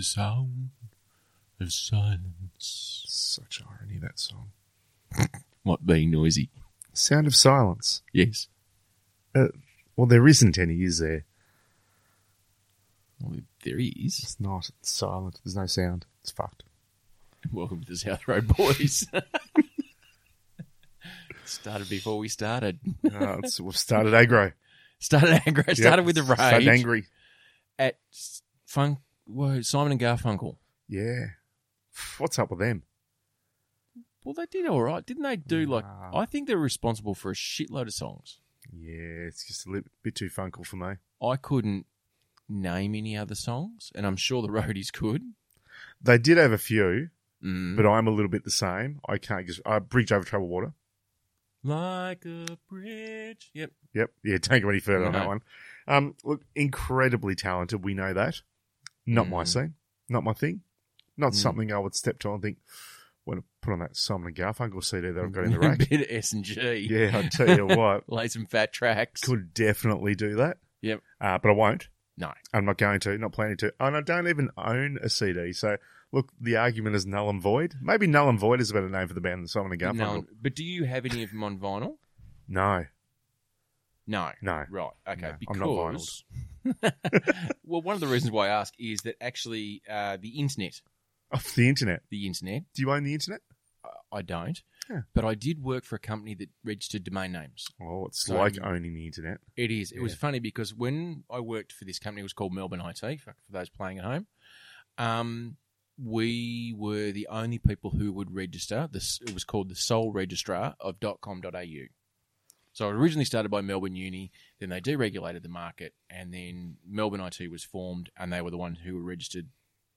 sound of silence. Such irony, that song. What being noisy? Sound of Silence. Yes. Well, there isn't any, is there? Well, Oh, there he is. It's not. It's silent. There's no sound. It's fucked. Welcome to the South Road Boys. started before we started. Uh, it's, we've started aggro. Started angry. Started Yep. with the rage. Started angry. At S- Funk, whoa, Simon and Garfunkel. Yeah. What's up with them? Well, they did all right, didn't they? Do like Nah. I think they're responsible for a shitload of songs. Yeah, it's just a little bit too funkle for me. I couldn't name any other songs, and I'm sure the roadies could. They did have a few, Mm. but I'm a little bit the same. I can't just. I bridge over troubled water. like a bridge. Yep. Yep. Yeah, don't go any further on No. that one. Um, look, incredibly talented. We know that. Not my Mm. scene. Not my thing. Not Mm. something I would step to and think, want to put on that Simon and Garfunkel CD that I've got in the rack. bit of S and G. yeah, I tell you what, Lay some fat tracks. could definitely do that. Yep. Uh, but I won't. No. I'm not going to. Not planning to. And I don't even own a CD. So, look, the argument is null and void. Maybe null and void is a better name for the band than Simon and Garfunkel. No, but do you have any of them on vinyl? No, No. no. Right. Okay. No, I'm not because. well, one of the reasons why I ask is that actually uh, the internet, Off the internet. the internet, Do you own the internet? I don't. Yeah. But I did work for a company that registered domain names. Oh, it's So- like owning the internet. It is. It was Yeah. funny because when I worked for this company, it was called Melbourne IT for for those playing at home. Um, we were the only people who would register. This it was called the sole registrar of .com.au. So it originally started by Melbourne Uni, then they deregulated the market, and then Melbourne IT was formed, and they were the ones who were registered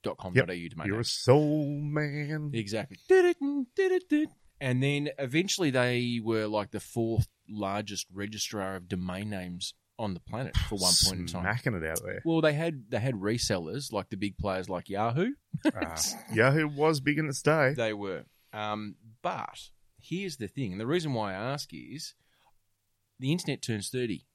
.com.au Yep, domain. You're a names. soul man. Exactly. Did-it-dun, did-it-dun. And then eventually they were like the fourth largest registrar of domain names on the planet for one point in time. Smacking it out there. Well, they had they had resellers like the big players like Yahoo. Uh, Yahoo was big in its day. They were. Um, but here's the thing, and the reason why I ask is the internet turns thirty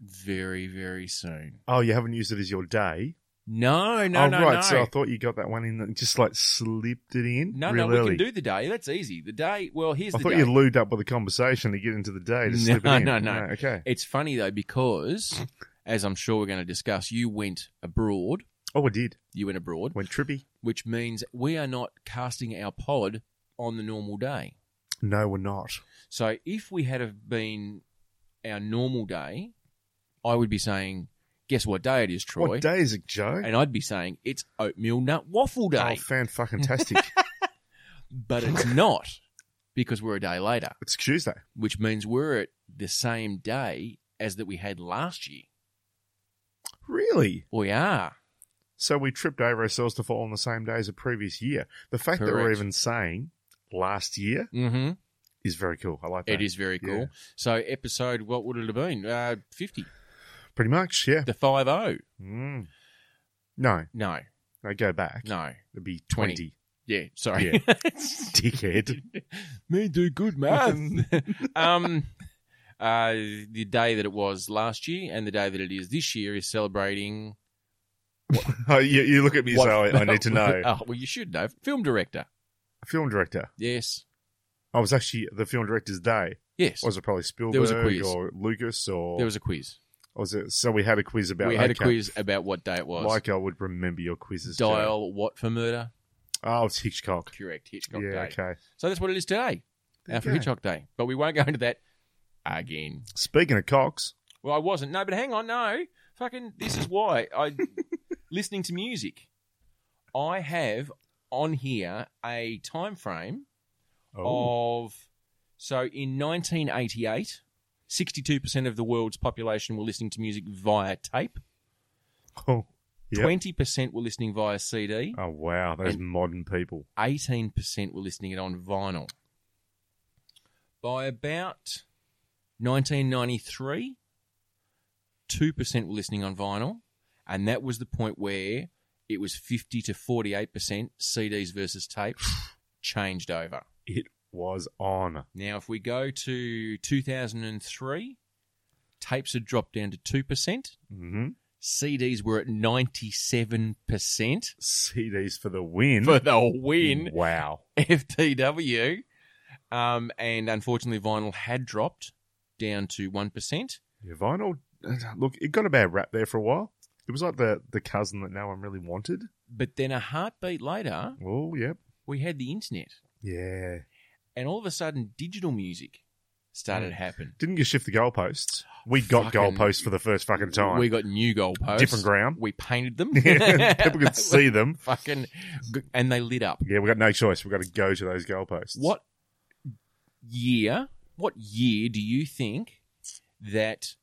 very very soon. Oh, you haven't used it as your day. No, no, oh, no, right. no. So I thought you got that one in and just like slipped it in. no, real no, we early. can do the day. That's easy. The day. Well, here's I the thought day. you lubed up with a conversation to get into the day to No, slip it in. no, Ah, no. Okay. It's funny though because, as I'm sure we're going to discuss, you went abroad. Oh, I did. You went abroad, Went trippy. which means we are not casting our pod on the normal day. No, we're not. So if we had have been our normal day, I would be saying, "Guess what day it is, Troy?" What day is it, Joe? And I'd be saying, "It's oatmeal nut waffle Oh, day," fan fucking tastic. but it's not because we're a day later, it's Tuesday. which means we're at the same day as that we had last year. Really? We are. So we tripped over ourselves to fall on the same day as the previous year. The fact that we're Correct. even saying last year Mm-hmm. is very cool. I like that. It is very cool. Yeah. So episode, what would it have been? Uh, Fifty, Pretty much, yeah. the five zero. Mm. No, No, no, go back. no, It'd be 20. 20. yeah, sorry. Dickhead. Me do good um, uh, the day that it was last year and the day that it is this year is celebrating. oh, you, you look at me what- so I, I need to know. oh, well, you should know. Film director. film director. Yes, I was actually the film director's day. yes. Was it probably Spielberg was a quiz. or Lucas or there was a quiz. was it? So we had a quiz about. we had okay, a quiz about what day it was. Like I would remember your quizzes. Joe. Dial what for murder? Oh, it's Hitchcock. Correct. Hitchcock yeah. Day. Okay. So that's what it is today. There Alfred you go. Hitchcock Day. But we won't go into that again. Speaking of cocks, Well, I wasn't. No, but hang on. No, fucking. This is why I listening to music. I have on here a time frame oh, of so in 1988, 62 percent of the world's population were listening to music via tape. oh, Yep. 20 percent were listening via CD. oh, wow, those And- modern people. 18 percent were listening it on vinyl. By about 1993, 2% were listening on vinyl, and that was the point where it was 50 to 48% CDs versus tape changed over. It was on. Now, if we go to 2003, tapes had dropped down to 2%, hmm CDs were at 97% CDs for the win. for the win. Wow. FTW. Um, and unfortunately, vinyl had dropped down to 1%. Yeah, vinyl. Look, it got a bad rap there for a while. It was like the the cousin that no one really wanted. But then a heartbeat later, Oh, yep. we had the internet. Yeah. And all of a sudden, digital music started to Mm. happen. Didn't you shift the goalposts? We got Fucking- goalposts for the first fucking time. We got new goalposts. Different ground. We painted them. People could see them. Fucking, and they lit up. Yeah, we got no choice. We've got to go to those goalposts. What year? What year do you think that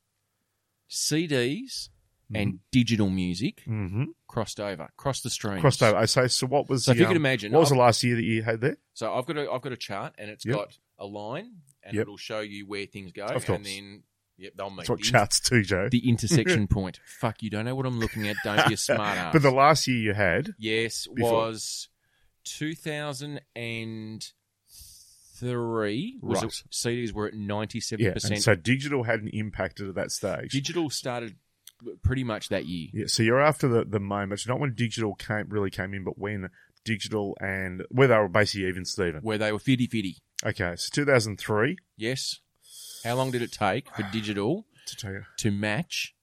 CDs Mm. and digital music hmm crossed over, crossed the streams? Crossed over. So, so what was So the, if you could um, imagine, what was I've- the last year that you had there? so I've got a I've got a chart, and it's Yep. got a line, and Yep. it'll show you where things go, Of course. and then yep, they'll make That's what the, charts do, Joe. the intersection point. Fuck, you don't know what I'm looking at. Don't be a smart ass. but the last year you had, Yes, Before. was 2003. Was Right. it, CDs were at 97%. yeah. and so digital hadn't impacted at that stage. Digital started pretty much that year. Yeah, so you're after the the moment, not when digital came really came in, but when digital and where they were basically even Steven. Where they were 50 50. Okay, so 2003 Yes. How long did it take for digital to take to match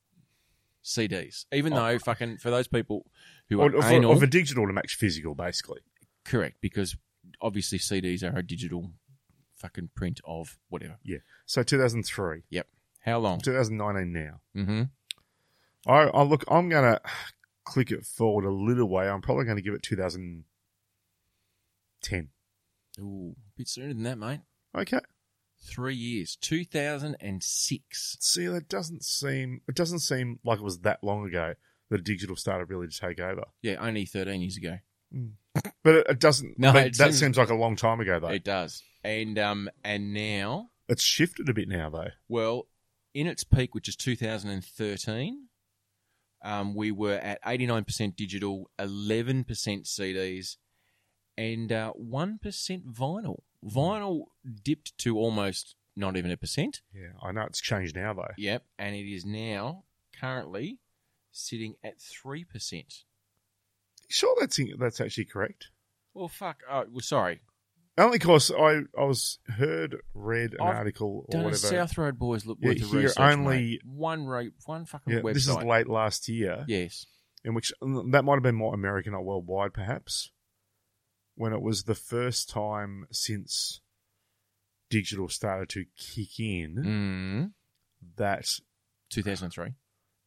CDs? Even though, fucking, for those people who or, are or, for, anal, or for digital to match physical, basically. correct, because obviously CDs are a digital fucking print of whatever. So 2003, How long? 2019 now. Mm-hmm. I, I look, I'm gonna click it forward a little way. I'm probably gonna give it 2010. Ooh, a bit sooner than that, mate. Okay, Three years, 2006. see, that doesn't seem it doesn't seem like it was that long ago that digital started really to take over. Yeah, only 13 years ago. But it, it doesn't. No, but it that seems- seems like a long time ago though. It does. And um, and now, it's shifted a bit now though. well, in its peak, which is 2013, um, we were at 89% digital, 11% CDs, and uh, 1% vinyl. Vinyl dipped to almost not even a percent. Yeah, I know it's changed now though. Yep. And it is now currently sitting at 3%. Sure, that's that's actually correct. Well, fuck. Oh, well, sorry. Only course I I was heard read an I've article or Don't whatever. know, South Road boys look Yeah, worth a here research. only- mate. one ra- one fucking yeah, website. this is late last year, yes, in which that might have been more American, not worldwide, perhaps. When it was the first time since digital started to kick in, mm. that 2003.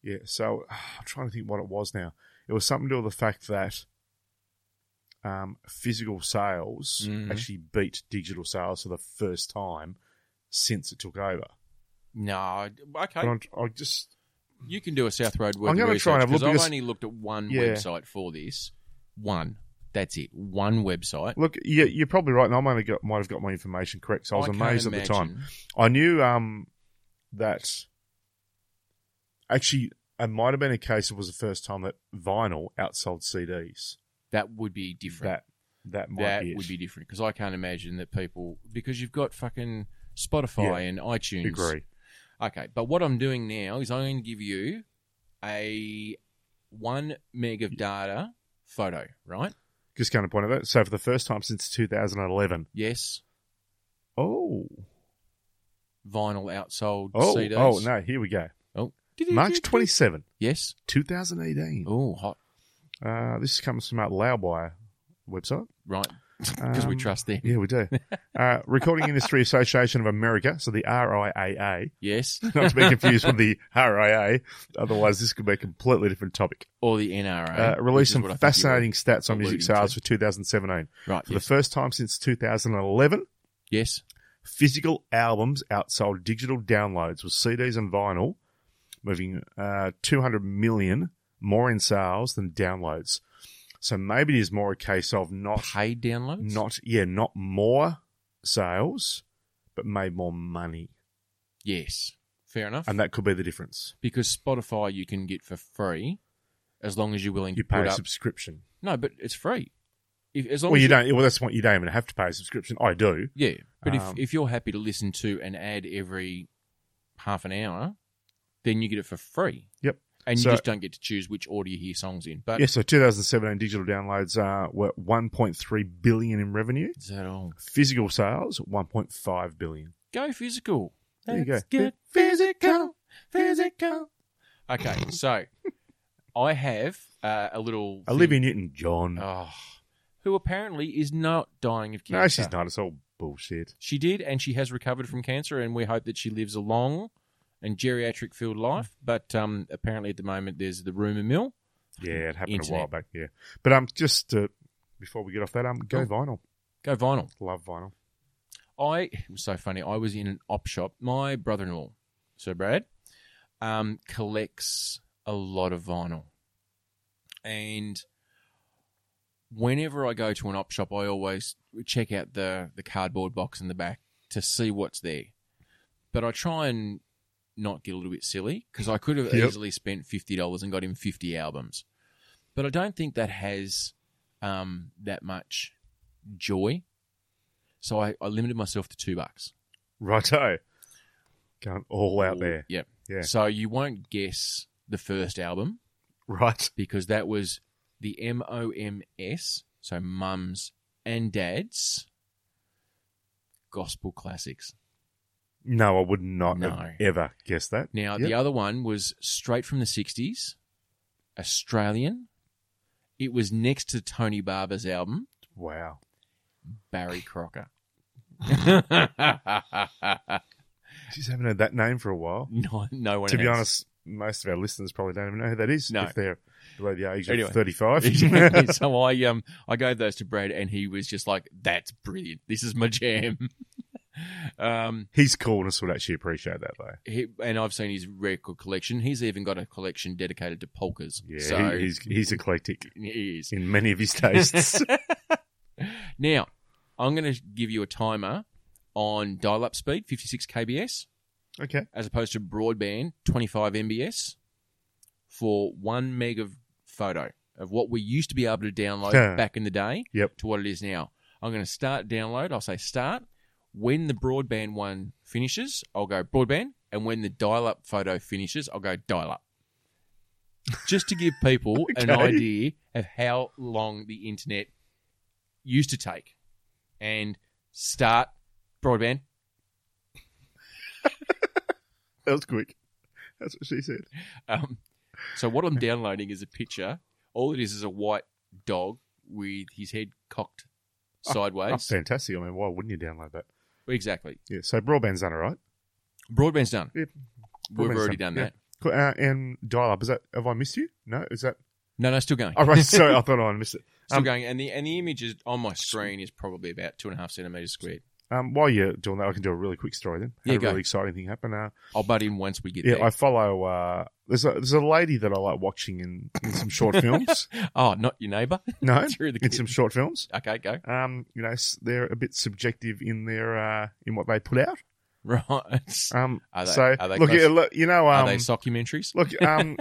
yeah. So I'm trying to think what it was now. It was something to do with the fact that um, physical sales Mhm. actually beat digital sales for the first time since it took over. No, okay. But I'm, I just you can do a South Road web I'm gonna research try and have a look because I've because- only looked at one Yeah. website for this. One. That's it. One website. look. Yeah, you're probably right, and I might have got might have got my information correct. So I was can't amazed at the time. imagine. I knew um, that actually it might have been a case. It was the first time that vinyl outsold CDs. That would be different. That that might that be it. would be different because I can't imagine that people because you've got fucking Spotify and iTunes. agree. Okay, but what I'm doing now is I'm going to give you a one meg of data photo, right? Just kind of point of it. So for the first time since 2011. Yes, Oh. vinyl outsold Oh, CDs. oh no, here we go. Oh. March 27, Yes. 2018. Oh, hot. Uh, this comes from our Loudwire website. Right, because we Um, trust them. Yeah, we do. Uh, Recording Industry Association of America, so the RIAA. Yes, Not to be confused with the RIA, otherwise this could be a completely different topic. or the NRA. Uh, released which is some what I think you fascinating stats on alluding music to. sales for 2017. were. Right. For Yes. the first time since 2011, yes. physical albums outsold digital downloads with CDs and vinyl, moving uh, 200 million more in sales than downloads. So maybe it is more a case of not, Paid downloads. Oh. not yeah, not more sales, but made more money, Yes. Fair enough. and that could be the difference. because Spotify you can get for free, as long as you're willing You to put pay a up. subscription. no, but it's free. If, as long Well, as you don't. Well, that's what you don't even have to pay a subscription. I do. Yeah, but Um, if, if you're happy to listen to an ad every half an hour, then you get it for free. Yep. and So- you just don't get to choose which order you hear songs in. But yeah, so 2017 digital downloads uh, were 1.3 billion in revenue. is that all? Physical sales 1.5 billion. Go physical. There you go. Let's get physical, physical. Okay, so I have uh, a little Olivia Newton John. oh, who apparently is not dying of cancer. no, she's not. It's all bullshit. She did, and she has recovered from cancer, and we hope that she lives a long and geriatric filled life. But um, apparently, at the moment, there's the rumor mill. Yeah, it happened a Internet. while back. Yeah, but um, just uh, before we get off that, um, go Oh. vinyl. Go vinyl. Love vinyl. I it was so funny. I was in an op shop. My brother-in-law, Sir Brad, um, collects a lot of vinyl, and whenever I go to an op shop, I always check out the the cardboard box in the back to see what's there. But I try and not get a little bit silly because I could have Yep. easily spent fifty dollars and got him fifty albums, but I don't think that has um, that much joy. So I, I limited myself to two bucks. Righto, going all out there. Yep. Yeah. So you won't guess the first album Right. because that was the M O M S, so Mums and Dads Gospel Classics. No, I would not No. have ever guessed that. Now Yep. the other one was straight from the sixties, Australian. It was next to Tony Barber's album, Wow. Barry Crocker. Just haven't heard that name for a while. no, no one to be has. honest, most of our listeners probably don't even know who that is No. if they're below the age Anyway. of 35. Exactly. so I um I gave those to Brad and he was just like, That's brilliant. This is my jam. um His coolness would actually appreciate that, though. he, and I've seen his record collection. He's even got a collection dedicated to polkas. Yeah, so he- he's, he's eclectic he is. in many of his tastes. Now, I'm gonna give you a timer on dial up speed, fifty six KBS, okay. as opposed to broadband, twenty five MBS for one meg of photo of what we used to be able to download Huh. back in the day. Yep. to what it is now. I'm going to start download. I'll say start. When the broadband one finishes, I'll go broadband. And when the dial up photo finishes, I'll go dial up. Just to give people an Okay. idea of how long the internet used to take. And start broadband. That was quick. That's what she said. Um, so what I'm downloading is a picture. All it is is a white dog with his head cocked That's sideways. fantastic. I mean, why wouldn't you download that? Exactly. Yeah, so broadband's done all right. Broadband's done. Yep. We've Broadband's already done yeah. that. Cool. Uh, and dial up, is that, have I missed you? No, is that? No, no, still going. All right, sorry, I thought I missed it. Still Oh, Um, going, and the and the image is on my screen is probably about two and a half centimeters squared. Um, while you're doing that, I can do a really quick story then. Had Yeah, a go. really exciting thing happen. Uh, I'll butt in once we get yeah, there. I follow. Uh, there's a there's a lady that I like watching in, in some short films. oh, not your neighbour No, through the in some short films. Okay, go Um, you know, s- they're a bit subjective in their uh, in what they put out. right. Um, Are they- so are they look, close- yeah, look, you know, Are um, they documentaries? look, um,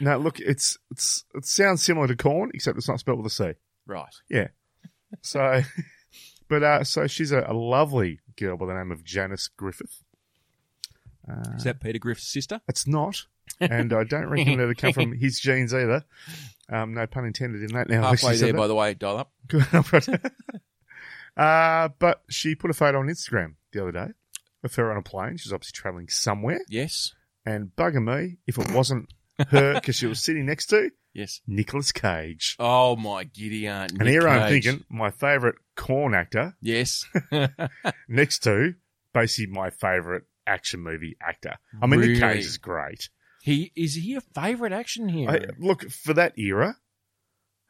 no, look, it's it's it sounds similar to corn, except it's not spelled with a C. Right. So, but uh, so she's a, a lovely girl by the name of Janice Griffith. Uh, Is that Peter Griff's sister? It's not. And I don't reckon it'll come from his genes either. Um, no pun intended in that. Now that she Halfway said there, that. by the way. Dial up. uh, but she put a photo on Instagram the other day of her on a plane. She's obviously traveling somewhere. Yes. And bugger me if it wasn't her, because she was sitting next to Yes. Nicolas Cage. Oh my giddy aunt. and Nick here I'm Cage. thinking, my favourite corn actor Yes. next to basically my favourite action movie actor. I mean, Nick Really? Cage is great. he is he a favourite action hero? I, look, for that era,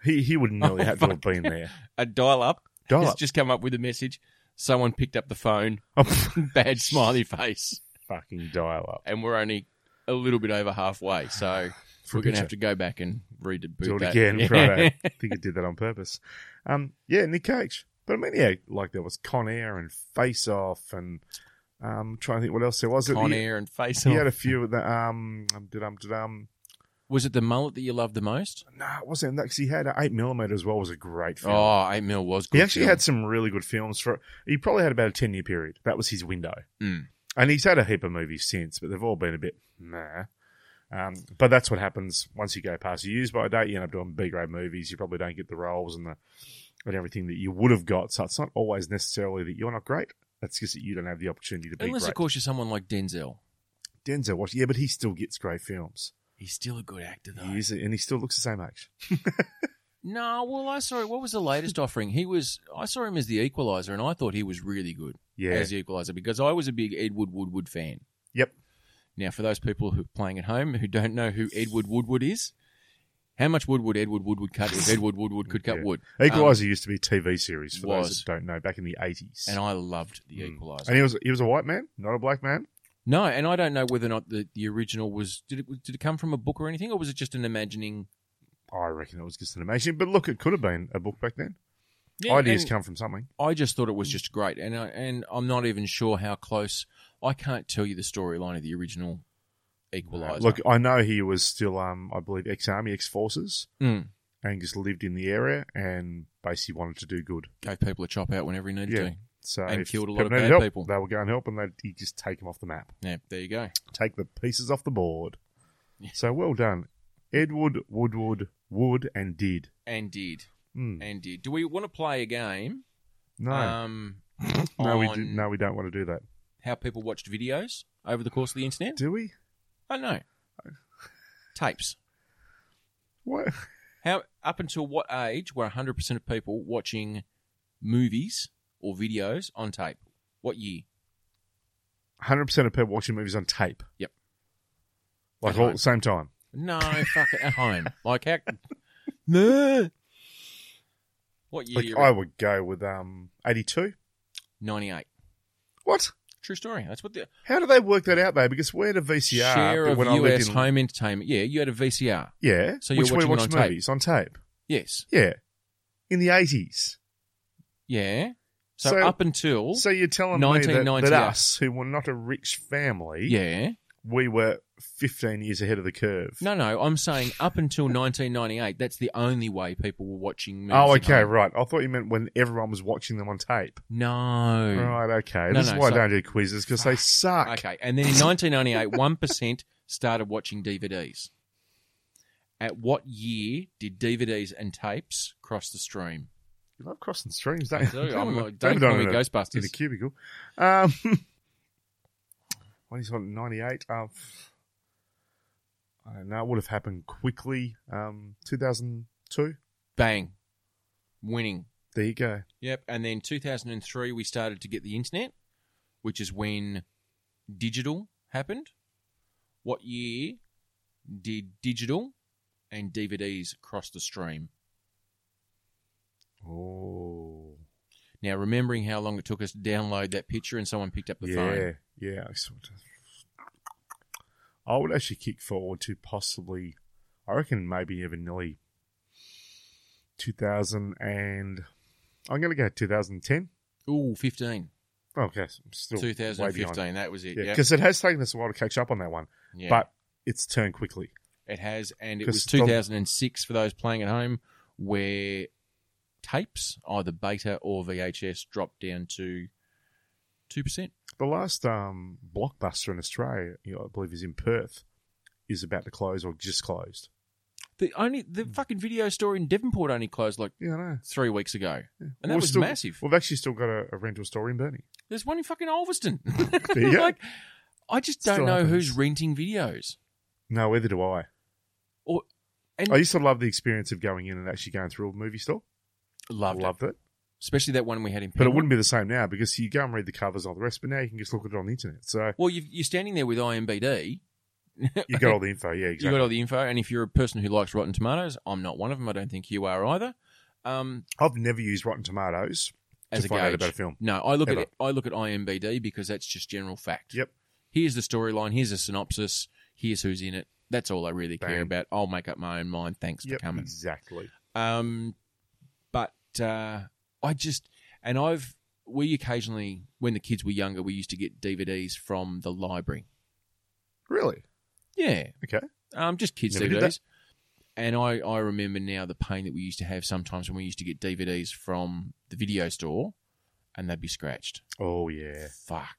he, he would nearly Oh, have to have fuck. been there. a dial up. Dial He's up. just come up with a message. Someone picked up the phone. Oh, Bad smiley face, fucking dial up. and we're only a little bit over halfway. So. We're going to have to go back and read it. do it again. Right? I think it did that on purpose. Um, yeah, Nick Cage. But I mean, yeah, like there was Con Air and Face Off, and um, trying to think what else there was. On he, air and face he off. had a few of the um, um, did um, did um. Was it the mullet that you loved the most? No, it wasn't that 'cause he had eight mm as well. Was a great film. Oh, 8 mil was good. he actually film. had some really good films for. He probably had about a ten year period. That was his window, Mm. and he's had a heap of movies since, but they've all been a bit nah. Um, but that's what happens once you go past your use by date. You end up doing B grade movies. You probably don't get the roles and the and everything that you would have got. So it's not always necessarily that you're not great. That's just that you don't have the opportunity to be Unless, great. of course, you're someone like Denzel. Denzel Washington, yeah, but he still gets great films. He's still a good actor, though. He is, and he still looks the same age. No, well, I saw. What was the latest offering? He was. I saw him as the Equalizer, and I thought he was really good Yeah, as the Equalizer because I was a big Edward Woodward fan. Yep. Now, for those people who are playing at home who don't know who Edward Woodward is, how much wood would Edward Woodward cut if Edward Woodward could cut Yeah. wood? Equalizer used to be a TV series for Um, was. those that don't know. Back in the eighties, And I loved the Mm. Equalizer. and he was he was a white man, not a black man. no, and I don't know whether or not the, the original was did it did it come from a book or anything, or was it just an imagining? I reckon it was just an amazing. But look, it could have been a book back then. Yeah, Ideas and- come from something. I just thought it was just great, and I, and I'm not even sure how close. I can't tell you the storyline of the original Equalizer. Look, I know he was still, um, I believe, ex army, ex forces, Mm. and just lived in the area and basically wanted to do good. gave people a chop out whenever he needed Yeah. to. So And if killed a lot of needed bad help, people. They would go and help, and they'd he'd just take them off the map, Yeah, there you go. take the pieces off the board. Yeah. So well done, Edward Woodward Wood and did. And did Mm. and did. Do we want to play a game? No, Um, no, we do, on- no, we don't want to do that, how people watched videos over the course of the internet? do we? I don't know. Tapes. What? How up until what age were 100 percent of people watching movies or videos on tape? What year? Hundred percent of people watching movies on tape. Yep. Like At all at home. the same time. No, fuck it, at home. Like how? no. What year? Like you I would go with um eighty-two. Ninety-eight. What? True story. That's what the How do they work that out though? Because we're at a VCR share but of when I lived US in- home entertainment. Yeah, you had a VCR. Yeah. So you're which we watching it watched on tape. movies on tape. Yes. Yeah. In the eighties. Yeah. So, So- up until So you're telling me that, that 1998. us, who were not a rich family, yeah. we were fifteen years ahead of the curve. No, no. I'm saying up until 1998. That's the only way people were watching movies. Oh, at okay, home. right. I thought you meant when everyone was watching them on tape. No. Right, okay. No, this is no, why so- I don't do quizzes because they suck. Okay, and then in 1998, one percent started watching DVDs. At what year did DVDs and tapes cross the stream? You love crossing streams, don't I you? do. I'm like, Don't don't be call done me in a- in a Ghostbusters. cubicle. Um, what is on ninety eight? Um, I don't know. It would have happened quickly. Um, two thousand two. Bang, winning. There you go. Yep. And then 2003, we started to get the internet, which is when digital happened. What year did digital and DVDs cross the stream? Oh, Now, remembering how long it took us to download that picture and someone picked up the yeah, phone. yeah. I sort of. I would actually kick forward to possibly, I reckon maybe even nearly two thousand and. I'm going to go 2010. Ooh, 15. Oh, okay, so I'm still way behind. 2015. That was it. Yeah, Yeah, because it has taken us a while to catch up on that one, Yeah. but it's turned quickly. it has, and it 'cause was the- 2006 for those playing at home, where tapes, either beta or VHS, dropped down to two percent. The last um, blockbuster in Australia, you know, I believe, is in Perth, is about to close or just closed. The only the Hmm. fucking video store in Devonport only closed like Yeah, I know. three weeks ago, and that We've was still- massive. We've actually still got a, a rental store in Burnie. There's one in fucking Ulverston. There you go. like, I just don't Still know happens. who's renting videos. No, either do I. Or and I used to love the experience of going in and actually going through a movie store. I loved, it. loved it. especially that one we had in. But it Penrith. wouldn't be the same now because you go and read the covers and all the rest, but now you can just look at it on the internet. So Well, you've, you're standing there with IMBD. you got all the info. Yeah, You exactly. got all the info, and if you're a person who likes Rotten Tomatoes, I'm not one of them. I don't think you are either. Um, I've never used Rotten Tomatoes as to a find out gauge, about a film. no, I look Ever. at it, I look at IMBD because that's just general fact. Yep. Here's the storyline. Here's a synopsis. Here's who's in it. That's all I really Bang. care about. I'll make up my own mind. Thanks Yep, for coming. exactly. Um, but uh, I just and I've we occasionally when the kids were younger, we used to get DVDs from the library. Really? Yeah. Okay. Um, just kids Never did DVDs. And I, I remember now the pain that we used to have sometimes when we used to get DVDs from the video store and they'd be scratched. Oh, yeah. Fuck.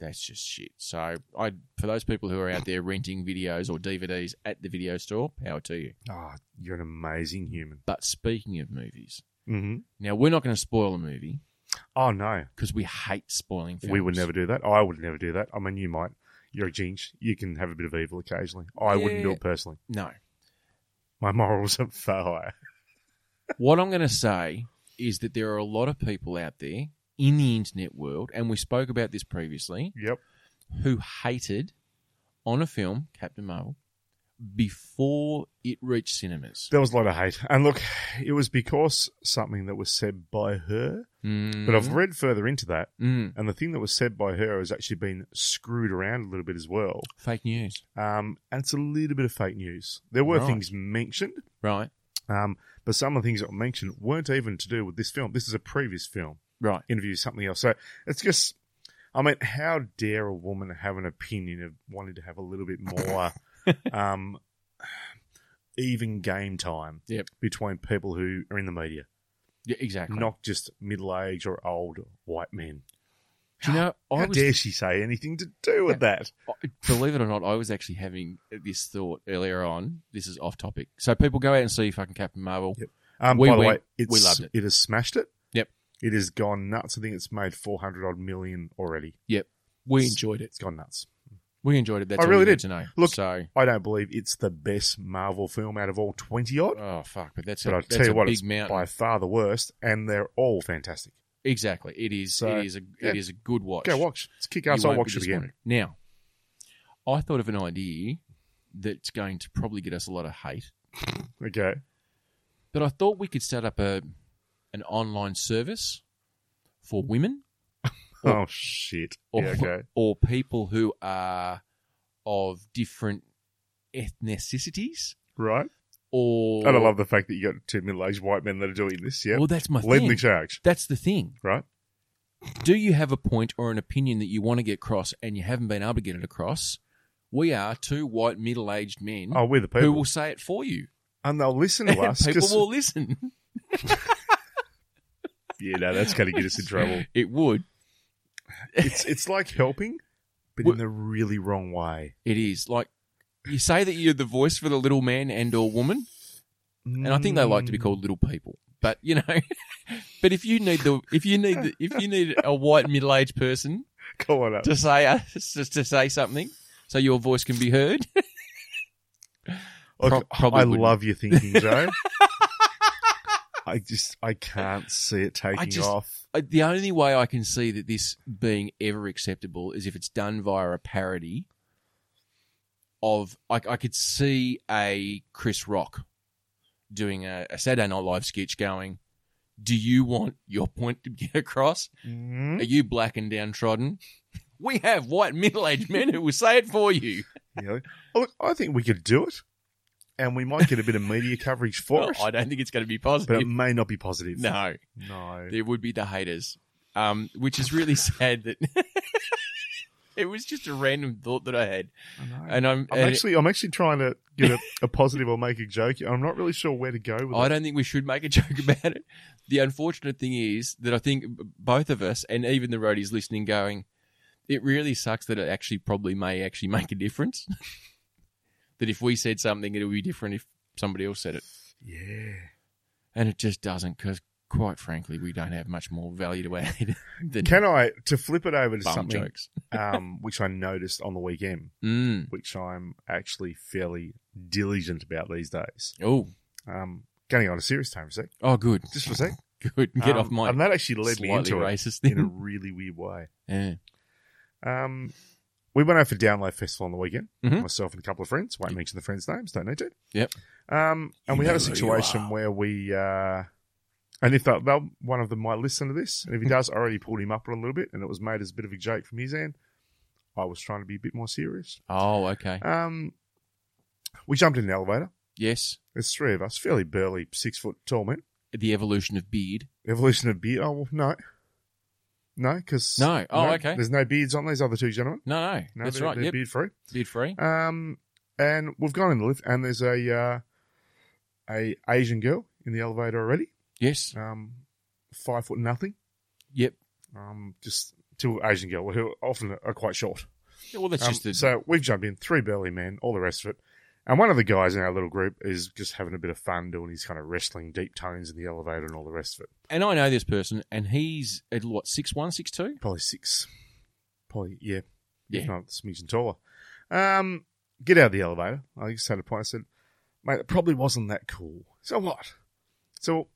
that's just shit. So I for those people who are out there renting videos or DVDs at the video store, power to you. Ah, you're an amazing human. But speaking of movies, Mm-hmm. now we're not going to spoil a movie Oh no, because we hate spoiling films. we would never do that. I would never do that. I mean, you might. You're a jinx. You can have a bit of evil occasionally. I wouldn't do Yeah. it personally. No. My morals are far higher. What I'm going to say is that there are a lot of people out there in the internet world, and we spoke about this previously, Yep. who hated on a film, Captain Marvel, before it reached cinemas. There was a lot of hate. And look, it was because something that was said by her. Mm. But I've read further into that, Mm. and the thing that was said by her has actually been screwed around a little bit as well. Fake news. Um, and it's a little bit of fake news. There were Right. things mentioned, Right. um, but some of the things that were mentioned weren't even to do with this film. This is a previous film Right. interview, something else. So it's just, I mean, how dare a woman have an opinion of wanting to have a little bit more um, even game time Yep. between people who are in the media? Yeah, exactly. not just middle aged or old white men. Do you know, How I was, dare she say anything to do with that? believe it or not, I was actually having this thought earlier on. This is off topic. So people go out and see fucking Captain Marvel. Yep. Um, We by the went- way, it's, we loved it. It has smashed it. Yep. It has gone nuts. I think it's made 400 odd million already. We enjoyed it. It's gone nuts. We enjoyed it. That's I all really you need to did. know. Look- so I don't believe it's the best Marvel film out of all 20 odd, oh fuck, but that's a, but I'll that's tell you a what, big it's mountain. by far the worst, and they're all fantastic. Exactly. It is. So, it is a. yeah. It is a good watch. Go watch. It's kick You ass. I'll won't be watch it again. disappointed. Now, I thought of an idea that's going to probably get us a lot of hate, Okay. but I thought we could set up a an online service for women Oh, shit. or Yeah, okay. or people who are of different ethnicities Right. or And I love the fact that you got two middle aged white men that are doing this. Yeah. Well, that's my Leading thing. the charge. That's the thing. Right. Do you have a point or an opinion that you want to get across and you haven't been able to get it across? We are two white middle-aged men Oh, we're the people. Hmm? who will say it for you. and they'll listen to us. people 'cause- will listen. yeah, no, that's going to get us in trouble. It would. It's it's like helping, but Well- in the really wrong way. It is like you say that you're the voice for the little man and or woman, and I think they like to Hmm. Mm. be called little people. But you know, but if you need the if you need the, if you need a white middle-aged person Go on up. to say us to, to say something, so your voice can be heard. Look, Pro- probably I wouldn't. love your thinking, Joe. I just I can't see it taking just- off. Uh, the only way I can see that this being ever acceptable is if it's done via a parody of like I could see a Chris Rock doing a, a Saturday Night Live sketch going, "Do you want your point to get across? Mm. Are you black and downtrodden? Hmm? We have white middle-aged men who will say it for you." You know? Oh, look, I think we could do it, and we might get a bit of media coverage for Well, it, I don't think it's going to be but it positive. may not be positive. No, no. there would be the haters, um, which is really sad that. It was just a random thought that I had, I know. and I'm, I'm and- actually I'm actually trying to get a, a positive or make a joke. I'm not really sure where to go with I it. don't think we should make a joke about it. The unfortunate thing is that I think b- both of us and even the roadies listening going, it really sucks that it actually probably may actually make a difference. that if we said something, it would be different if somebody else said it. Yeah. And it just doesn't because, quite frankly, we don't have much more value to add than Can I to flip it over to bum something jokes. um, which I noticed on the weekend, Mm. which I'm actually fairly diligent about these days. Oh, Um, going on a serious time for a sec, oh, good. just for a sec. Good. Get Um, off my And that actually led me slightly into racist it in a thing. really weird way. Yeah. Um, we went over for Download Festival on the weekend, Mhm. myself and a couple of friends. Won't mention the friends' names, don't need to. Yep. Um, and You we had a know who you situation are. where we, uh, and if they'll, they'll, one of them might listen to this, and if he Mm-hmm. does, I already pulled him up a little bit, and it was made as a bit of a joke from his end. I was trying to be a bit more serious. Oh, okay. Um, we jumped in an elevator. Yes. There's three of us, fairly burly, six foot tall men. The evolution of beard. Evolution of beard. Oh well, no, no, because No. Oh, okay. There's no beards on these other two gentlemen. No, no. No, That's they're, right. They're Yep. beard free. Beard free. Um, and we've gone in the lift, and there's a uh, a Asian girl in the Uh, elevator already. Yes. Um, five foot nothing. Yep. Um, just to Asian girl, who often are quite short. Yeah, well, that's Um, just the. So we've jumped in three burly men, all the rest of it. And one of the guys in our little group is just having a bit of fun doing his kind of wrestling deep tones in the elevator and all the rest of it. and I know this person, and he's at what six one, six two. Probably six. Probably, yeah. If Yeah, not, it's smidgen taller. Um, get out of the elevator. I just had a point. I said, mate, it probably wasn't that cool. So what? So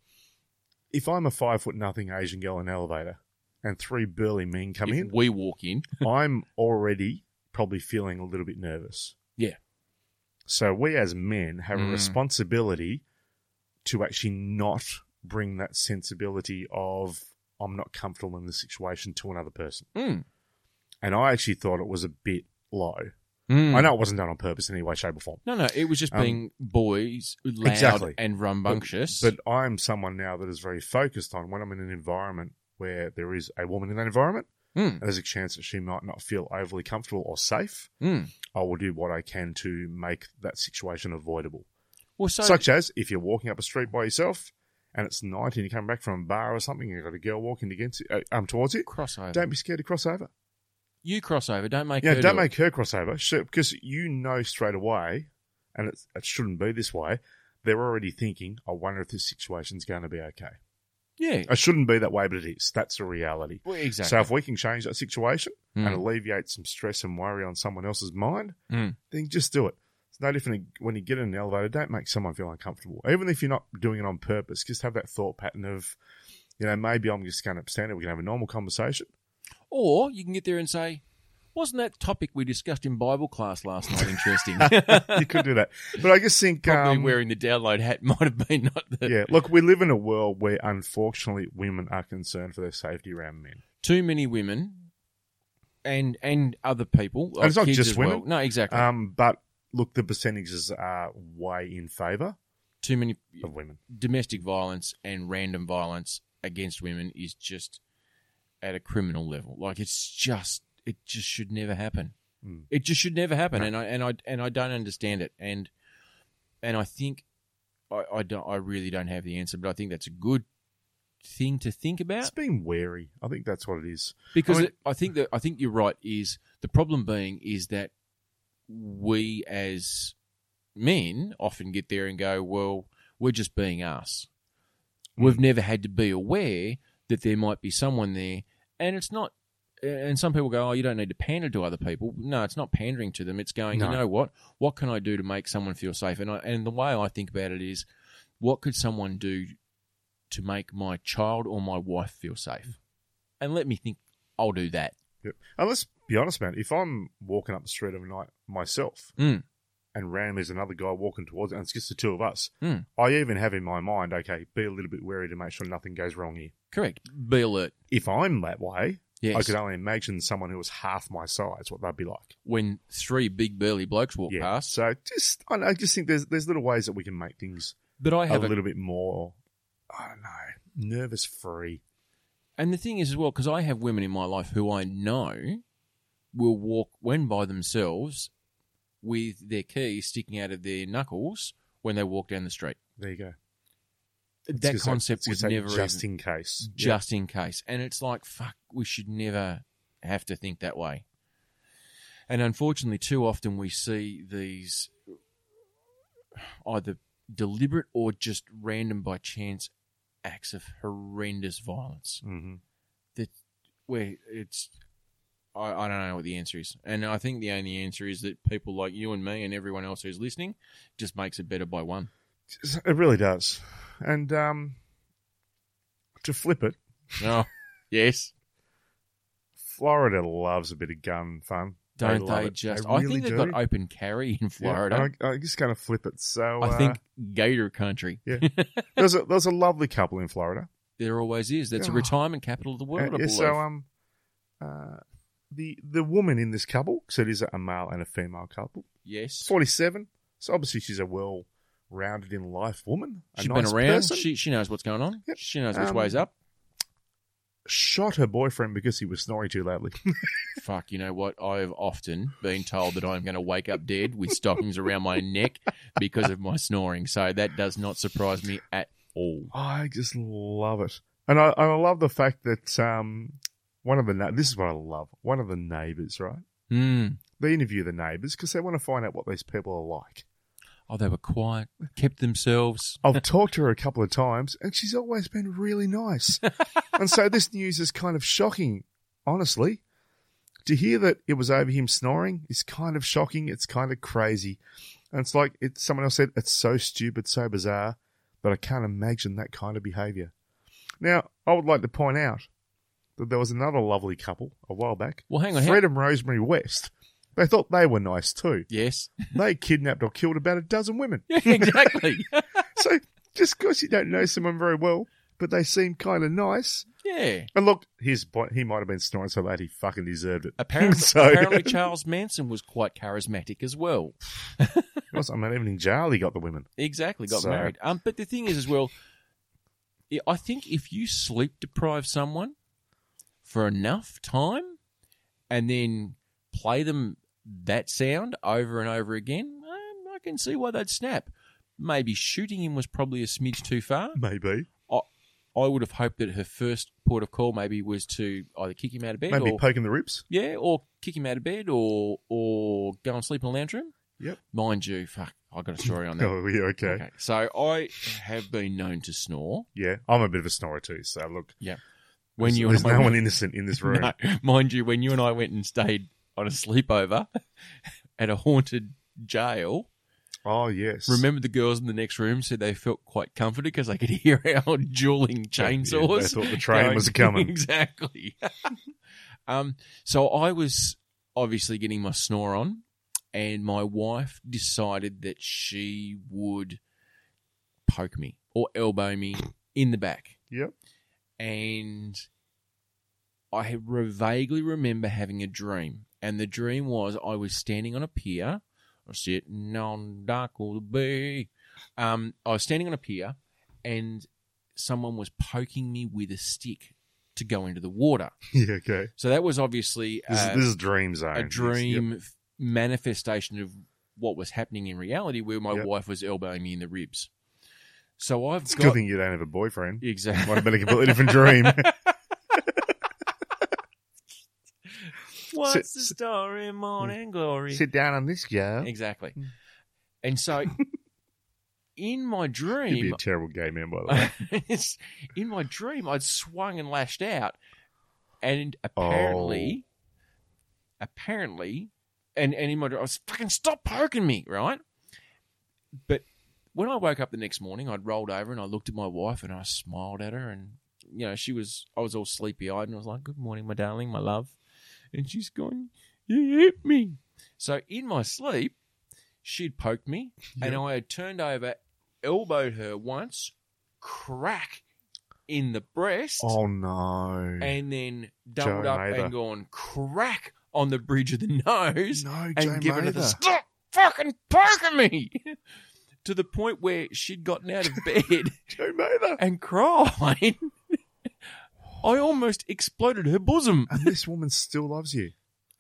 if I'm a five foot nothing Asian girl in an elevator and three burly men come if in, we walk in. I'm already probably feeling a little bit nervous. Yeah. So we as men have a Mm. responsibility to actually not bring that sensibility of I'm not comfortable in this situation to another person. Mm. And I actually thought it was a bit low. Mm. I know it wasn't done on purpose in any way, shape, or form. No, no, it was just Um, being boys, loud exactly. and rambunctious. But I'm someone now that is very focused on when I'm in an environment where there is a woman in that environment, Mm, there's a chance that she might not feel overly comfortable or safe. mm. I will do what I can to make that situation avoidable. Well, so, Such as if you're walking up a street by yourself and it's night and you come back from a bar or something and you've got a girl walking against you, uh, um, towards you, crossover. don't be scared to cross over. you crossover. Don't make. Yeah, her don't do it. make her cross over sure, because you know straight away, and it, it shouldn't be this way. They're already thinking, I wonder if this situation's going to be okay. Yeah, It shouldn't be that way, but it is. That's a reality. well, exactly. So if we can change that situation and Mm. alleviate some stress and worry on someone else's mind, Mm. then just do it. It's no different when you get in an elevator. Don't make someone feel uncomfortable, even if you're not doing it on purpose. Just have that thought pattern of, you know, maybe I'm just going to stand it. We can have a normal conversation. Or you can get there and say, "Wasn't that topic we discussed in Bible class last night interesting?" you could do that, but I just think Probably um, wearing the download hat might have been not the yeah, look, we live in a world where unfortunately women are concerned for their safety around men. too many women and and other people. like it's not kids just as well. women. No, exactly. Um, but look, the percentages are way in favour too many of women. domestic violence and random violence against women is just at a criminal level. Like it's just it just should never happen. Mm. It just should never happen, No. and I and I and I don't understand it, and and I think I I, don't, I really don't have the answer, but I think that's a good thing to think It's about being wary. I think that's what it is. because I I, mean- I think that I think you're right. Is the problem being is that we as men often get there and go, well, we're just being us. We've never had to be aware that there might be someone there, and it's not. And some people go, "Oh, you don't need to pander to other people." No, it's not pandering to them. It's going, No. you know what? What can I do to make someone feel safe? And I, and the way I think about it is, what could someone do to make my child or my wife feel safe? And let me think. I'll do that. Yep. And let's be honest, man. If I'm walking up the street of a night myself, Mm. and randomly there's another guy walking towards, and it's just the two of us, Mm. I even have in my mind, okay, be a little bit wary to make sure nothing goes wrong here. Correct. Be alert. If I'm that way, Yes. I could only imagine someone who was half my size what they'd be like. when three big burly blokes walk past. So just, I, know, I just think there's there's little ways that we can make things But I a have a, little bit more, I don't know, nervous free. and the thing is as well because I have women in my life who I know will walk when by themselves with their keys sticking out of their knuckles when they walk down the street. There you go. It's that just like- concept it's was just like never just even, in case. Yeah. just in case, and it's like fuck, we should never have to think that way. And unfortunately, too often we see these either deliberate or just random by chance acts of horrendous violence. Mhm. where it's I, I don't know what the answer is, and I think the only answer is that people like you and me and everyone else who's listening just makes it better by one. It really does. And um, to flip it, Oh, yes, Florida loves a bit of gun fun. don't love they, it. just? They I really think they've do. got open carry in Yeah, Florida. I, I just kind of flip it. So I uh, think Gator Country. there's a there's a lovely couple in Florida. There always is. That's a Yeah. retirement capital of the world. I Uh, yeah, believe. so um, uh, the the woman in this couple, so it is a male and a female couple. yes, Forty seven. So obviously she's a well rounded in life woman. a she's nice been around. person. She she knows what's going on. Yep. She knows which Um, way's up. shot her boyfriend because he was snoring too loudly. Fuck, you know what? I've often been told that I'm going to wake up dead with stockings around my neck because of my snoring. So that does not surprise me at all. I just love it, and I, and I love the fact that um, One of the na- this is what I love. One of the neighbors, right? Mm. They interview the neighbors because they want to find out what these people are like. Oh, they were quiet, kept themselves. I've talked to her a couple of times, and she's always been really nice. and so this news is kind of shocking, honestly. To hear that it was over him snoring is kind of shocking. It's kind of crazy. And it's like it, someone else said, it's so stupid, so bizarre, but I can't imagine that kind of behavior. Now, I would like to point out that there was another lovely couple a while back, Well, hang on. how- Fred and Rosemary West. They thought they were nice too. yes. They kidnapped or killed about a dozen women Yeah, exactly. so just because you don't know someone very well, but they seem kind of nice. yeah. And look, his point, he might have been snoring so loud he fucking deserved it. Apparently, So- apparently Charles Manson was quite charismatic as well. Because, I mean, even in jail, he got the women. Exactly, got So- married. Um, but the thing is, as well, I- I think if you sleep deprive someone for enough time, and then play them that sound over and over again, um, I can see why they'd snap. Maybe shooting him was probably a smidge too far. Maybe. I would have hoped that her first port of call maybe was to either kick him out of bed, Maybe or, poking the ribs. yeah, or kick him out of bed, or or go and sleep in a lounge room. Yep. Mind you, fuck, I got a story on that. Oh, yeah, okay. Okay. So I have been known to snore Yeah, I'm a bit of a snorer too, so look. when there's- you there's and I no one innocent in this room. No, mind you, when you and I went and stayed on a sleepover at a haunted jail. Oh, yes. Remember, the girls in the next room said they felt quite comforted because they could hear our dueling Yeah, yeah, they chainsaws. thought the train going- was coming. exactly. um, so I was obviously getting my snore on, and my wife decided that she would poke me or elbow me in the back. Yep. and I had- re- vaguely remember having a dream. And the dream was I was standing on a pier, or sitting on dock or the bay. Um, I was standing on a pier, and someone was poking me with a stick to go into the water. Yeah, okay. So that was obviously This, uh, is, this is dream zone. a This- dream f- manifestation of what was happening in reality, where my Yep. wife was elbowing me in the ribs. So I've It's a good got thing you don't have a boyfriend. exactly Might have been a completely different dream. What's Sit- Hmm. the story, morning glory? Sit down on this, yeah. Exactly. Mm. And so, in my You'd be dream, a terrible gay man, by the way. in my dream, I'd swung and lashed out, and apparently, Oh. apparently, and and in my dream, I was fucking stop poking me, right? But when I woke up the next morning, I'd rolled over and I looked at my wife and I smiled at her, and you know she was, I was all sleepy eyed, and I was like, "Good morning, my darling, my love," and she's going, "You hit me." So in my sleep, she'd poked me, and I had turned over, elbowed her once, crack in the breast, Oh, no. and then doubled Joe up Mather. and gone crack on the bridge of the nose, no, Joe and given her the Mather. stop fucking poking me. To the point where she'd gotten out of bed Joe Mather. and cried. I almost exploded her bosom. And this woman still loves you.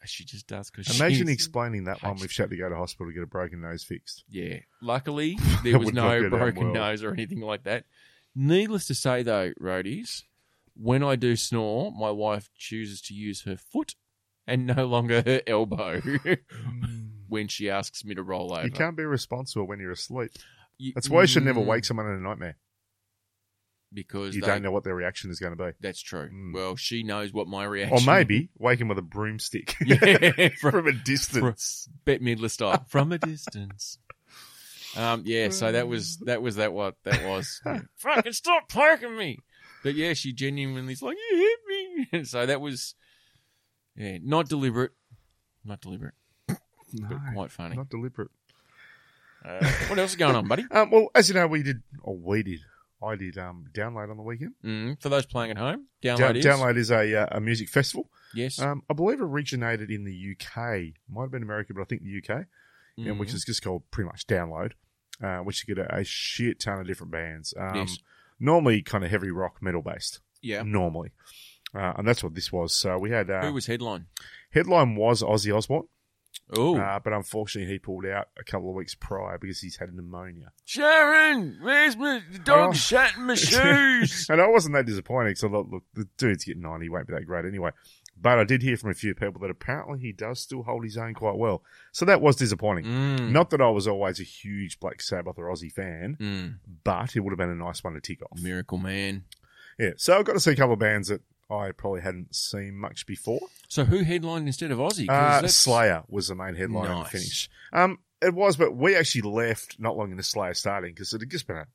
She just does because Imagine explaining that one Hush. if she had to go to hospital to get a broken nose fixed. Yeah. Luckily, That there was would not no go down broken well. nose or anything like that. Needless to say, though, roadies, when I do snore, my wife chooses to use her foot and no longer her elbow when she asks me to roll over. You can't be responsible when you're asleep. You- That's why you should never Mm, wake someone in a nightmare. because You they- don't know what their reaction is going to be. That's true. Mm. Well, she knows what my reaction. Or maybe wake him with a broomstick yeah, from from a distance. Bette Midler style, from a distance. Um, yeah, so that was that was that what that was. Yeah. Fucking stop poking me! But yeah, she genuinely's like, you hit me. so that was, yeah, not deliberate, not deliberate, but No, quite funny. not deliberate. Uh, what else is going on, buddy? Um, well, as you know, we did, or we did, I did um, Download on the weekend. Mm, for those playing at home, download Down- is Download is a, uh, a music festival. yes, Um, I believe originated in the UK. Might have been America, but I think the UK. and Mm. which is just called pretty much download, uh, which you get a, a shit ton of different bands. Um, Yes. Normally, kind of heavy rock metal based. yeah. Normally, uh, and that's what this was. So we had uh, Who was headline? headline was Ozzy Osbourne. Oh, Uh, but unfortunately, he pulled out a couple of weeks prior because he's had pneumonia. Sharon, where's my the Oh. dog shat in my shoes? And I wasn't that disappointed because I thought, look, the dude's getting 90, he won't be that great anyway. But I did hear from a few people that apparently he does still hold his own quite well. So that was disappointing. Mm. Not that I was always a huge Black Sabbath or Aussie fan, Mm. but it would have been a nice one to tick off. Miracle Man. Yeah, so I got to see a couple of bands that I probably hadn't seen much before. So who headlined instead of Ozzy? 'Cause Uh, that's- Slayer was the main headline at Nice. the finish. Um, it was, but we actually left not long into Slayer starting because it had just been a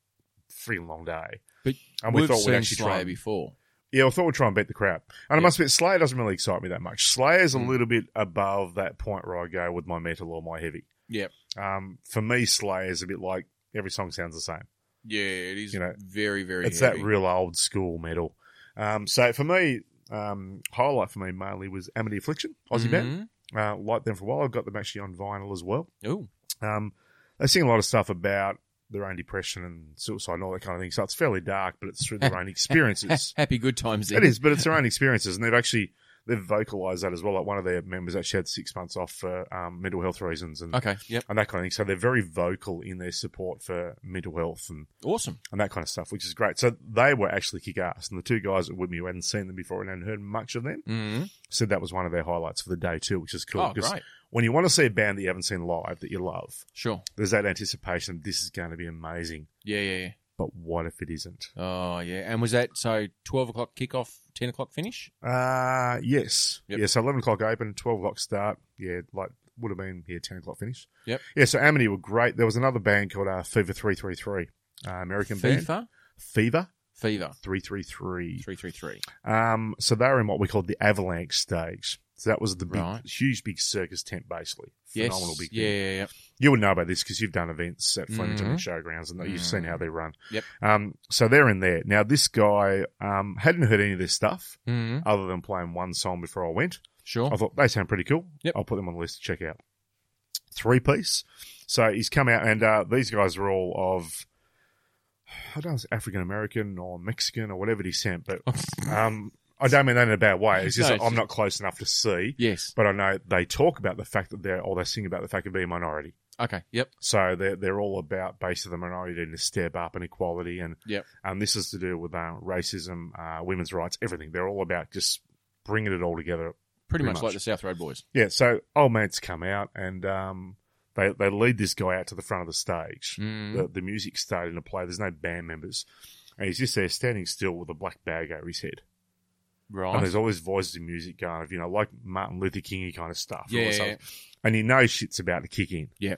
freaking long day. But and We've seen try. Slayer and- before. Yeah, I thought we'd try and beat the crowd. And I Yeah. must admit, Slayer doesn't really excite me that much. Slayer's a Mm. little bit above that point where I go with my metal or my heavy. Yep. Um, for me, Slayer's a bit like every song sounds the same. Yeah, it is You know, very, very it's heavy. that real old school metal. Um, so for me, um, highlight for me mainly was Amity Affliction, Mm-hmm. Aussie band. Uh, liked them for a while. I've got them actually on vinyl as well. Oh, Um, they sing a lot of stuff about their own depression and suicide and all that kind of thing. So it's fairly dark, but it's through their own experiences. happy good times. then. it is, but it's their own experiences, and they've actually they've vocalized that as well. Like one of their members actually had six months off for um, mental health reasons and. Okay. Yep. And that kind of thing. So they're very vocal in their support for mental health and, Awesome. and that kind of stuff, which is great. So they were actually kick ass. And the two guys that were with me who hadn't seen them before and hadn't heard much of them Mm. said that was one of their highlights for the day too, which is cool. Oh, 'Cause great. when you want to see a band that you haven't seen live that you love, Sure. there's that anticipation this is going to be amazing, Yeah, yeah, but what if it isn't? yeah. Oh, yeah. And was that so? Twelve o'clock kickoff, ten o'clock finish. Uh yes, Yep. yeah. So eleven o'clock open, twelve o'clock start. Yeah, like would have been yeah ten o'clock finish. Yep. Yeah, so Amity were great. There was another band called uh, Fever Three Three Three, uh, American band FIFA. Fever Fever. Three Three Three. Three, three, three. Um, so they were in what we called the Avalanche stage. So that was the big, Right. huge, big circus tent, basically. Yes. Phenomenal big. yeah, thing. yeah, yeah. you would know about this because you've done events at Flemington Mhm. and Showgrounds and you've seen how they run. Mm-hmm. Yep. Um, so they're in there. Now, this guy um, hadn't heard any of this stuff Mm. other than playing one song before I went. Sure. I thought they sound pretty cool. Yep. I'll put them on the list to check out. Three piece. So he's come out, and uh, these guys are all of, I don't know, if it's African American or Mexican or whatever he sent, but um, I don't mean that in a bad way. It's just No, that it's I'm not close enough to see, yes. but I know they talk about the fact that they're, or they sing about the fact of being a minority. Okay. Yep. So they're, they're all about basically the minority and to step up and equality. And, Yep. and this is to do with uh, racism, uh, women's rights, everything. They're all about just bringing it all together. Pretty, Pretty much, much. like the South Road Boys. Yeah, so old mates come out and um, they, they lead this guy out to the front of the stage. Mm. The, the music's starting to play. There's no band members. And he's just there standing still with a black bag over his head. Right. And there's always voices and music going of, you know, like Martin Luther King kind of stuff. and all yeah, this yeah, other yeah. and you know shit's about to kick in. Yeah.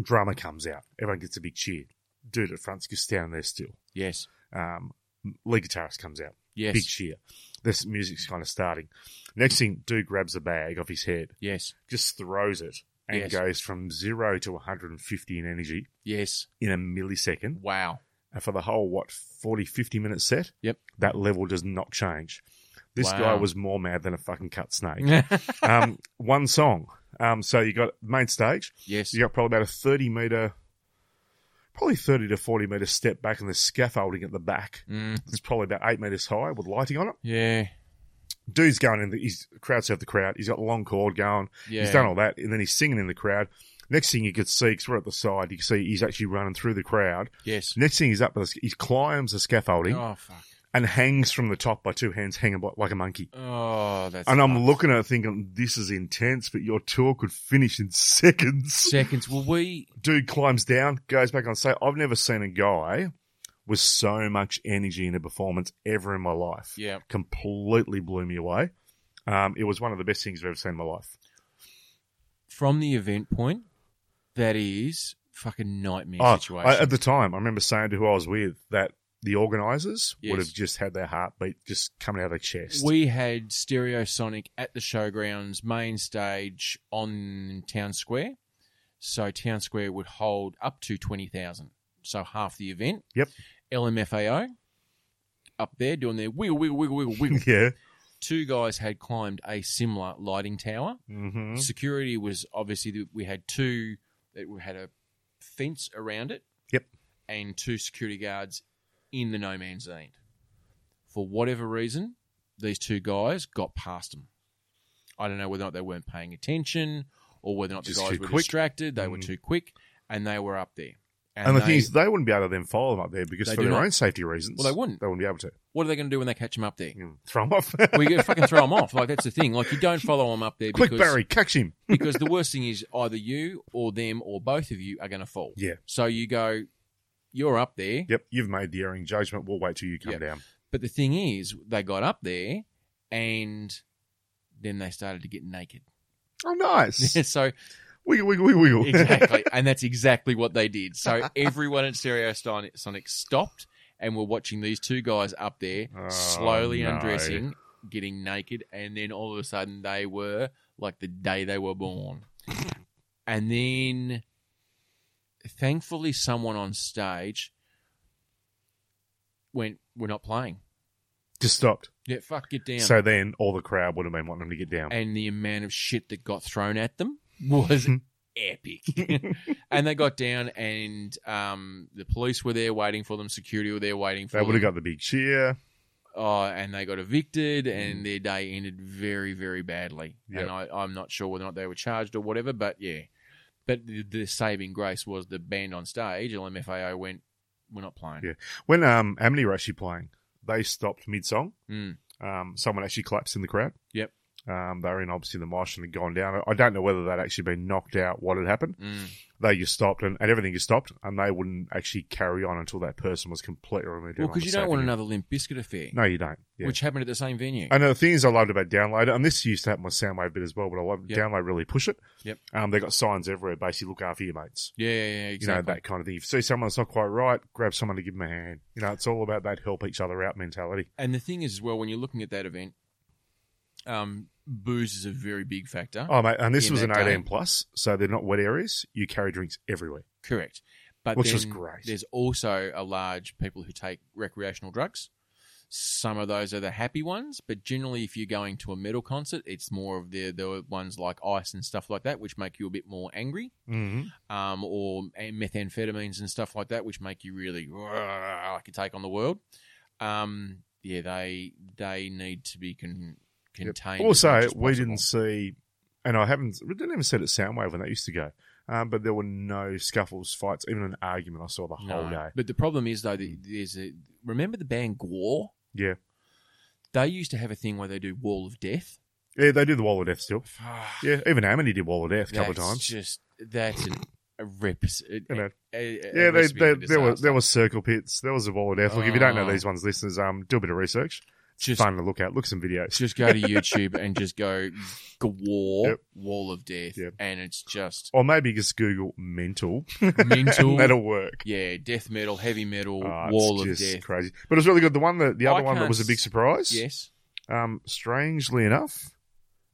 Drummer comes out. Everyone gets a big cheer. Dude at front's just standing there still. Yes. Um, lead guitarist comes out. Yes. Big cheer. This music's kind of starting. Next thing, dude grabs a bag off his head, yes. just throws it, and Yes. goes from zero to 150 in energy Yes. in a millisecond. Wow. And for the whole, what, 40, 50 minute set? Yep. That level does not change. This Wow. guy was more mad than a fucking cut snake. yes. um, one song. Um, so you got main stage, so you got probably about a 30 meter, probably 30 to 40 meter step back, and the scaffolding at the back. Mm. It's probably about eight meters high with lighting on it. Yeah. Dude's going in, the, he's crowd surf the crowd. He's got the long cord going. Yeah. He's done all that, and then he's singing in the crowd. Next thing you could see, because we're at the side, you can see he's actually running through the crowd. Yes. Next thing he's up, the, he climbs the scaffolding Oh fuck. and hangs from the top by two hands, hanging by- like a monkey. Oh, that's. And I'm fucked. looking at it thinking, this is intense, but your tour could finish in seconds. seconds. Well, we dude climbs down, goes back on stage. I've never seen a guy with so much energy in a performance ever in my life. yeah. Completely blew me away. Um, it was one of the best things I've ever seen in my life. From the event point, that is fucking nightmare Oh, situation. I- at the time, I remember saying to who I was with that the organisers Yes. would have just had their heartbeat just coming out of their chest. we had Stereosonic at the showgrounds main stage on Town Square. So Town Square would hold up to 20,000. So half the event. Yep. LMFAO up there doing their wiggle, wiggle, wiggle, wiggle, wiggle. yeah. Two guys had climbed a similar lighting tower. hmm Security was obviously the, we had two that we had a fence around it. Yep. And two security guards in the no man's land. For whatever reason, these two guys got past them. I don't know whether or not they weren't paying attention or whether or not Just the guys too were quick. distracted, they were Mm. too quick, and they were up there. And, the thing is, they wouldn't be able to then follow them up there because They for do their not. own safety reasons, Well, they wouldn't. They wouldn't be able to what are they going to do when they catch them up there? you know, throw them off. We well, fucking throw them off. Like that's the thing. Like you don't follow them up there. Quick, because, Barry, catch him. because the worst thing is either you or them or both of you are going to fall. Yeah. So you go, you're up there. Yep, you've made the erring judgment. We'll wait till you come Yep. down. But the thing is, they got up there, and then they started to get naked. Oh, nice. so wiggle, wiggle, wiggle, wiggle. exactly, and that's exactly what they did. So everyone at Stereo Son- Sonic stopped, and were watching these two guys up there Oh, slowly no. undressing, getting naked, and then all of a sudden they were like the day they were born. and then, thankfully, someone on stage went, "We're not playing." Just stopped. Yeah, fuck, get down. So then all the crowd would have been wanting them to get down. and the amount of shit that got thrown at them was epic. and they got down, and um, the police were there waiting for them, security were there waiting for they would them. have got the big cheer. oh, and they got evicted, and their day ended very, very badly. Mm. Yep. And I, I'm not sure whether or not they were charged or whatever, but yeah. But the, the saving grace was the band on stage, LMFAO went, we're not playing. Yeah. When um, Amity were actually playing, they stopped mid song. Mm. Um, someone actually collapsed in the crowd. Yep. Um, they were in obviously the mosh and had gone down. I don't know whether they'd actually been knocked out, what had happened. Mm. They just stopped and, and everything just stopped, and they wouldn't actually carry on until that person was completely removed. Well, Everyone because you was don't safe want again. another Limp Biscuit affair, No, you don't. Yeah. which happened at the same venue. I know the things I loved about Download, and this used to happen with Soundwave a bit as well, but I love Yep. Download really push it. Yep. Um, they got signs everywhere, basically look after your mates. yeah, yeah, yeah, exactly. You know, that kind of thing. If you see someone that's not quite right, grab someone to give them a hand. You know, it's all about that help each other out mentality. And the thing is, as well, when you're looking at that event, um, booze is a very big factor. Oh, mate, and this In was that an 18 Mm-hmm. game. plus, so they're not wet areas. You carry drinks everywhere. Correct. But Which was then great. There's also a large people who take recreational drugs. Some of those are the happy ones, but generally, if you're going to a metal concert, it's more of the the ones like ice and stuff like that, which make you a bit more angry, Mm-hmm. um, or and methamphetamines and stuff like that, which make you really "Rah," like you take on the world. Um, yeah, they they need to be con- contained. as much Also, as we possible. didn't see, and I haven't, we didn't even see it at Soundwave when that used to go, um, but there were no scuffles, fights, even an argument I saw the whole No. day. But the problem is though, that there's a remember the band Gwar. Yeah. They used to have a thing where they do Wall of Death. Yeah, they do the Wall of Death still. Yeah, even Amity did Wall of Death a couple of That's times. Just that's an, a rips. a- You know. a- a- a Yeah, they, recipe they, for there were disaster. there was circle pits. There was a wall of death. Look, if you don't know Oh. these ones, listeners, um, do a bit of research. It's Just- fun to look at. Look some videos. Just go to YouTube and just go Gwar Yep. Wall of Death, Yep. and it's just or maybe just Google mental. mental. That'll work. Yeah, death metal, heavy metal, Oh, it's Wall of just Death. Crazy, but it's really good. The one that the I other one that can't was a big s- surprise. Yes, Um, strangely enough,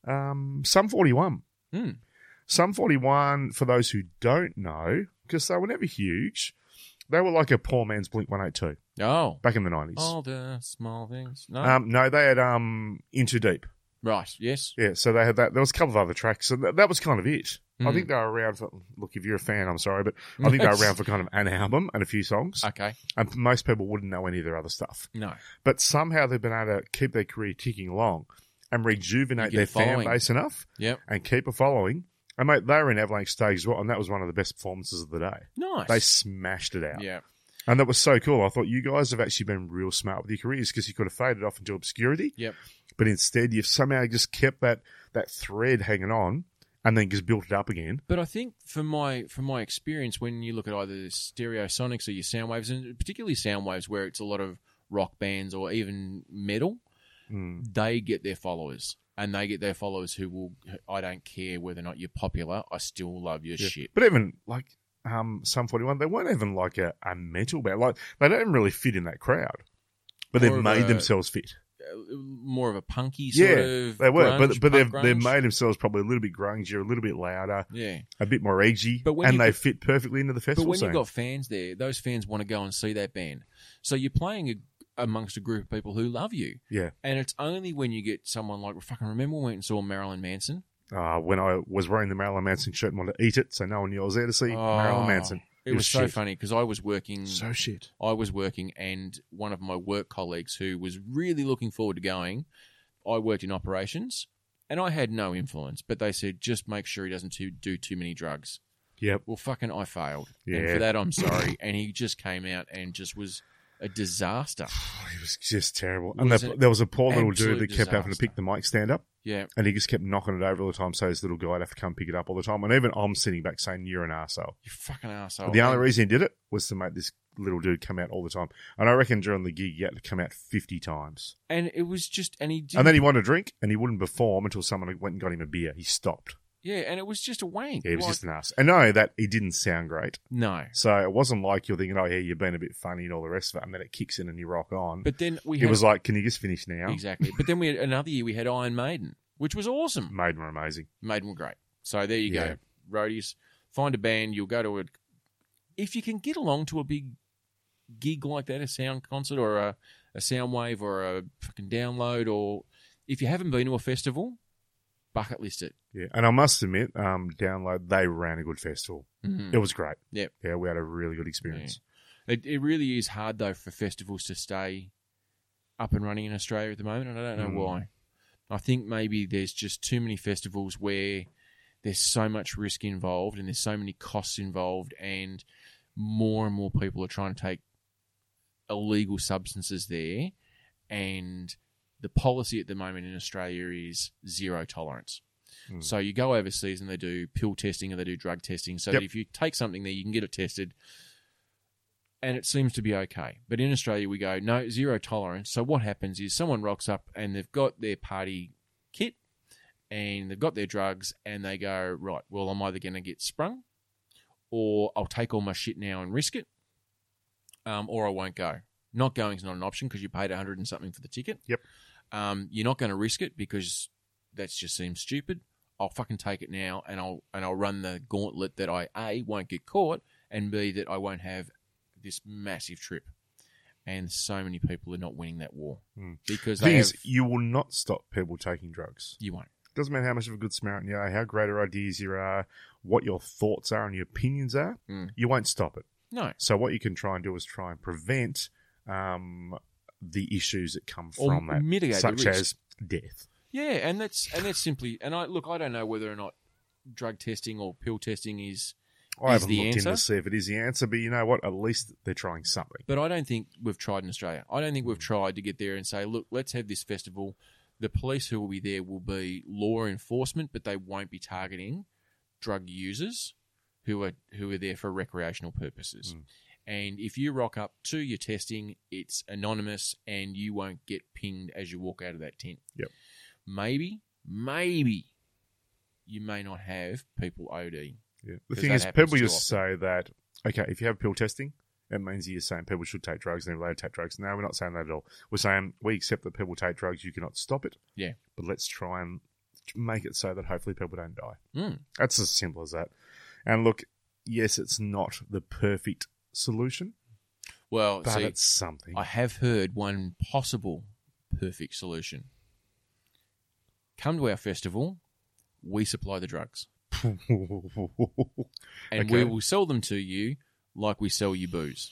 um, some forty one. Hmm. Some forty one. For those who don't know, because they were never huge, they were like a poor man's Blink One Eight Two Oh, back in the nineties. all the small things. No, Um, no, they had um Into Deep. right? Yes. Yeah, so they had that. There was a couple of other tracks, and that, that was kind of it. I Mm. think they were around for. Look, if you're a fan, I'm sorry, but I think they were around for kind of an album and a few songs, Okay. and most people wouldn't know any of their other stuff. No. But somehow they've been able to keep their career ticking along and You rejuvenate get their a following. fan base enough Yep. and keep a following. And mate, they were in Avalanche stage as well, and that was one of the best performances of the day. Nice. They smashed it out, Yeah. and that was so cool. I thought you guys have actually been real smart with your careers because you could have faded off into obscurity, Yep. but instead you've somehow just kept that that thread hanging on and then just built it up again. But I think from my from my experience, when you look at either stereosonics or your sound waves, and particularly sound waves where it's a lot of rock bands or even metal, Mm. they get their followers. And they get their followers who will. I don't care whether or not you're popular. I still love your Yeah. shit. But even like um Sum 41, they weren't even like a, a metal band. Like they don't even really fit in that crowd. But they've More of made a- themselves fit. Uh, More of a punky sort Yeah, of. they were, grunge, but but they've punk they've grunge. made themselves probably a little bit grungier, a little bit louder, Yeah, a bit more edgy, But when and you they got- fit perfectly into the but festival. when you've scene. got fans there, those fans want to go and see that band. So you're playing a, amongst a group of people who love you. yeah, And it's only when you get someone like, fucking remember when we went and saw Marilyn Manson? uh, when I was wearing the Marilyn Manson shirt and wanted to eat it, so no one knew I was there to see Oh, Marilyn Manson. It, It was was so shit. funny because I was working. So shit. I was working, and one of my work colleagues who was really looking forward to going, I worked in operations, And I had no influence, but they said just make sure he doesn't too, do too many drugs. Yep. Well, fucking, I failed. And Yeah. for that, I'm sorry. and he just came out and just was a disaster. It was just terrible. and Was the, an there was a poor little dude absolute that kept having to disaster. pick the mic stand up, Yeah, and he just kept knocking it over all the time. So his little guy'd have to come pick it up all the time. And even I'm sitting back saying, "You're an arsehole. you fucking asshole. But the only reason he did it was to make this little dude come out all the time. And I reckon during the gig, he had to come out 50 times. and it was just, and he did. And then he wanted a drink, and he wouldn't perform until someone went and got him a beer. He stopped. yeah, and it was just a wank. Yeah, he was Like, just an ass. And no, that he didn't sound great. no. So it wasn't like you're thinking, oh, yeah, you've been a bit funny and all the rest of it. And then it kicks in and you rock on. But then we it had was like, can you just finish now? exactly. But then we had another year we had Iron Maiden, which was awesome. Maiden were amazing. Maiden were great. So there you Mm. Yeah. go, roadies. Find a band. You'll go to a. If you can get along to a big gig like that, a sound concert or a, a sound wave or a fucking download, or if you haven't been to a festival, bucket list it. Yeah. And I must admit, um, Download, they ran a good festival. Mhm. It was great. Yep. Yeah, we had a really good experience. It, it really is hard though for festivals to stay up and running in Australia at the moment, and I don't know Mm. why. I think maybe there's just too many festivals where there's so much risk involved and there's so many costs involved, and more and more people are trying to take illegal substances there, and the policy at the moment in Australia is zero tolerance. Mm. So you go overseas and they do pill testing and they do drug testing. So Yep. that if you take something there, you can get it tested, and it seems to be okay. But in Australia, we go no zero tolerance. So what happens is someone rocks up and they've got their party kit and they've got their drugs and they go right. Well, I'm either going to get sprung, or I'll take all my shit now and risk it, um, or I won't go. Not going's not an option because you paid a hundred and something for the ticket. Yep. Um, you're not going to risk it because that just seems stupid. I'll fucking take it now, and I'll and I'll run the gauntlet that I a won't get caught, and b that I won't have this massive trip. And so many people are not winning that war Hmm. because The thing they is, have- you will not stop people taking drugs. you won't. Doesn't matter how much of a good smarant you are, how great your ideas you are, what your thoughts are and your opinions are, Mm. you won't stop it. No, So what you can try and do is try and prevent um, the issues that come Or from that, mitigate the such risk. as death. Yeah, and that's and that's simply and I look, I don't know whether or not drug testing or pill testing is, I Is haven't the looked in answer? to see if it is the answer, but you know what? At least they're trying something. but I don't think we've tried in Australia. I don't think Hmm. we've tried to get there and say, look, let's have this festival. The police who will be there will be law enforcement, but they won't be targeting drug users who are who are there for recreational purposes. Mm. And if you rock up to your testing, it's anonymous and you won't get pinged as you walk out of that tent. Yep. Maybe, maybe you may not have people OD. Yeah. The 'Cause thing that is, happens people too just say that, okay, if you have pill testing, it means you're saying people should take drugs and they're allowed to take drugs. No, we're not saying that at all. We're saying we accept that people take drugs, you cannot stop it. Yeah. But let's try and make it so that hopefully people don't die. Mm. That's as simple as that. And look, yes, it's not the perfect solution, Well, but see, it's something. I have heard one possible perfect solution. Come to our festival, we supply the drugs, and we Okay. will sell them to you like we sell you booze.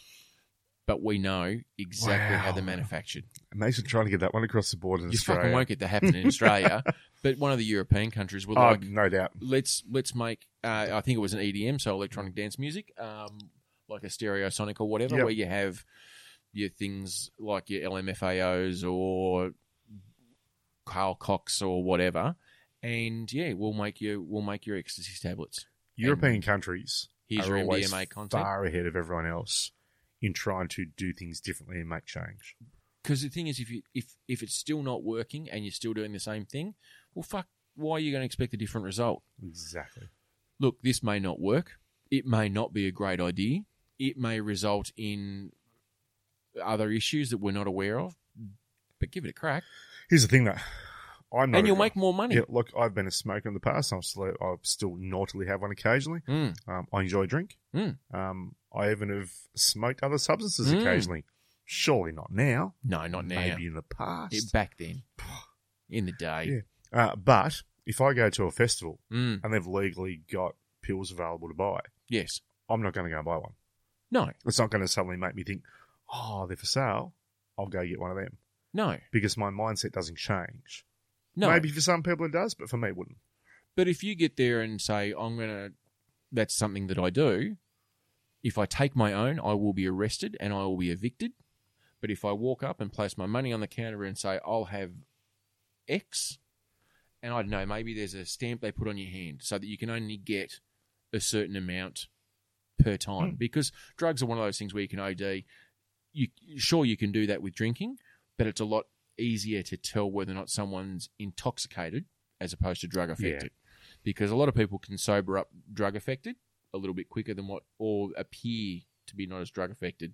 But we know exactly how Wow. they're manufactured. Imagine trying to get that one across the board in You fucking Australia. won't get that happening in Australia, but one of the European countries will Oh, like no doubt. let's let's make uh, I think it was an EDM, so electronic dance music, um, like a stereosonic or whatever, Yep. where you have your things like your LMFAOs or Carl Cox or whatever, and yeah, we'll make you we'll make your ecstasy tablets. European countries Here's are your always MDMA content. far ahead of everyone else in trying to do things differently and make change. Because the thing is, if you if if it's still not working and you're still doing the same thing, well, fuck, why are you going to expect a different result? Exactly. look, this may not work. It may not be a great idea. It may result in other issues that we're not aware of. But give it a crack, Here's the thing, though. I'm not and a you'll guy- make more money. Yeah, look, I've been a smoker in the past. I'm still, I still naughtily have one occasionally. Mm. Um, I enjoy a drink. Mm. Um, I even have smoked other substances Mm. occasionally. Surely not now. No, not now. Maybe in the past. It- back then, in the day. uh, but if I go to a festival Mm. and they've legally got pills available to buy, Yes. I'm not going to go and buy one. No. It's not going to suddenly make me think, oh, they're for sale. I'll go get one of them No. because my mindset doesn't change. No, Maybe for some people it does, but for me it wouldn't. But if you get there and say, I'm going to, that's something that I do, if I take my own, I will be arrested and I will be evicted. But if I walk up and place my money on the counter and say, I'll have X, and I don't know, maybe there's a stamp they put on your hand so that you can only get a certain amount per time. Because drugs are one of those things where you can OD. You, sure, you can do that with drinking, but it's a lot easier to tell whether or not someone's intoxicated as opposed to drug Yeah. affected. Because a lot of people can sober up drug affected a little bit quicker than what, or appear to be not as drug affected.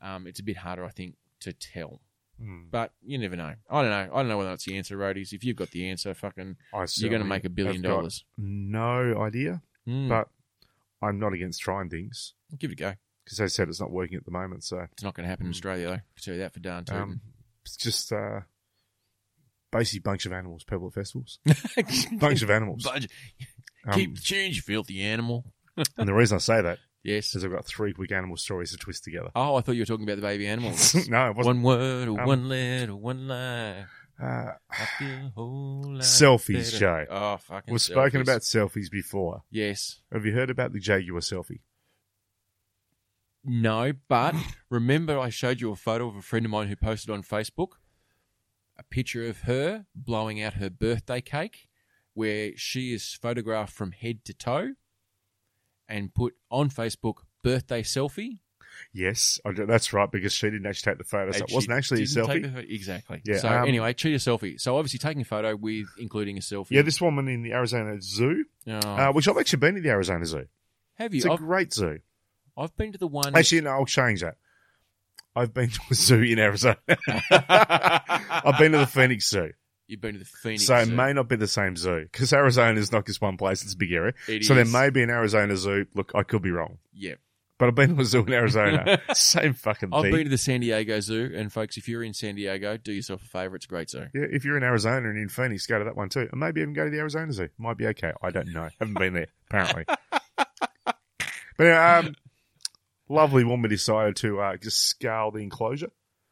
Um, it's a bit harder, I think, to tell. Hmm. But you never know. I don't know. I don't know whether that's the answer, Roadies. If you've got the answer, fucking, I you're going to certainly make a billion have got dollars. No idea, Mm, but I'm not against trying things give it a go. because they said it's not working at the moment. So It's not going to happen in Mm. Australia, though. I can tell you that for darn um, it's just uh, basically bunch of animals, people at festivals, certain. bunch of animals. Budge- Keep Um, the change, you filthy animal. and the reason I say that Yes. is I've got three quick animal stories to twist together. Oh, I thought you were talking about the baby animals. no, it wasn't. one word or Um, one letter or one line. Uh, I feel a whole lot Selfies, better. Jay. Oh, fucking we've spoken selfies. about selfies before. Yes. Have you heard about the Jaguar selfie? No, but remember I showed you a photo of a friend of mine who posted on Facebook a picture of her blowing out her birthday cake where she is photographed from head to toe and put on Facebook birthday selfie. Yes, I do- that's right, because she didn't actually take the photo, so And it she wasn't actually a didn't selfie. take the photo- exactly. Yeah, so um, anyway, cheetah selfie. So obviously taking a photo with including a selfie. Yeah, this woman in the Arizona Zoo, Oh, uh, which I've actually been to the Arizona Zoo. have It's you? a I've, great zoo. I've been to the one. Actually, no, I'll change that. I've been to a zoo in Arizona. I've I've been to the Phoenix Zoo. You've been to the Phoenix. so it Zoo. may not be the same zoo because Arizona is not just one place, it's a big area. It so there is- may be an Arizona zoo. Look, I could be wrong, Yeah. but I've been to a zoo in Arizona. same fucking I've thing. been to the San Diego Zoo, and folks, if you're in San Diego, do yourself a favour. It's a great zoo. yeah, if you're in Arizona and in Phoenix, go to that one too. And maybe even go to the Arizona Zoo. Might be okay. I don't know. Haven't been there, apparently. but anyway, um, lovely woman decided to uh, just scale the enclosure,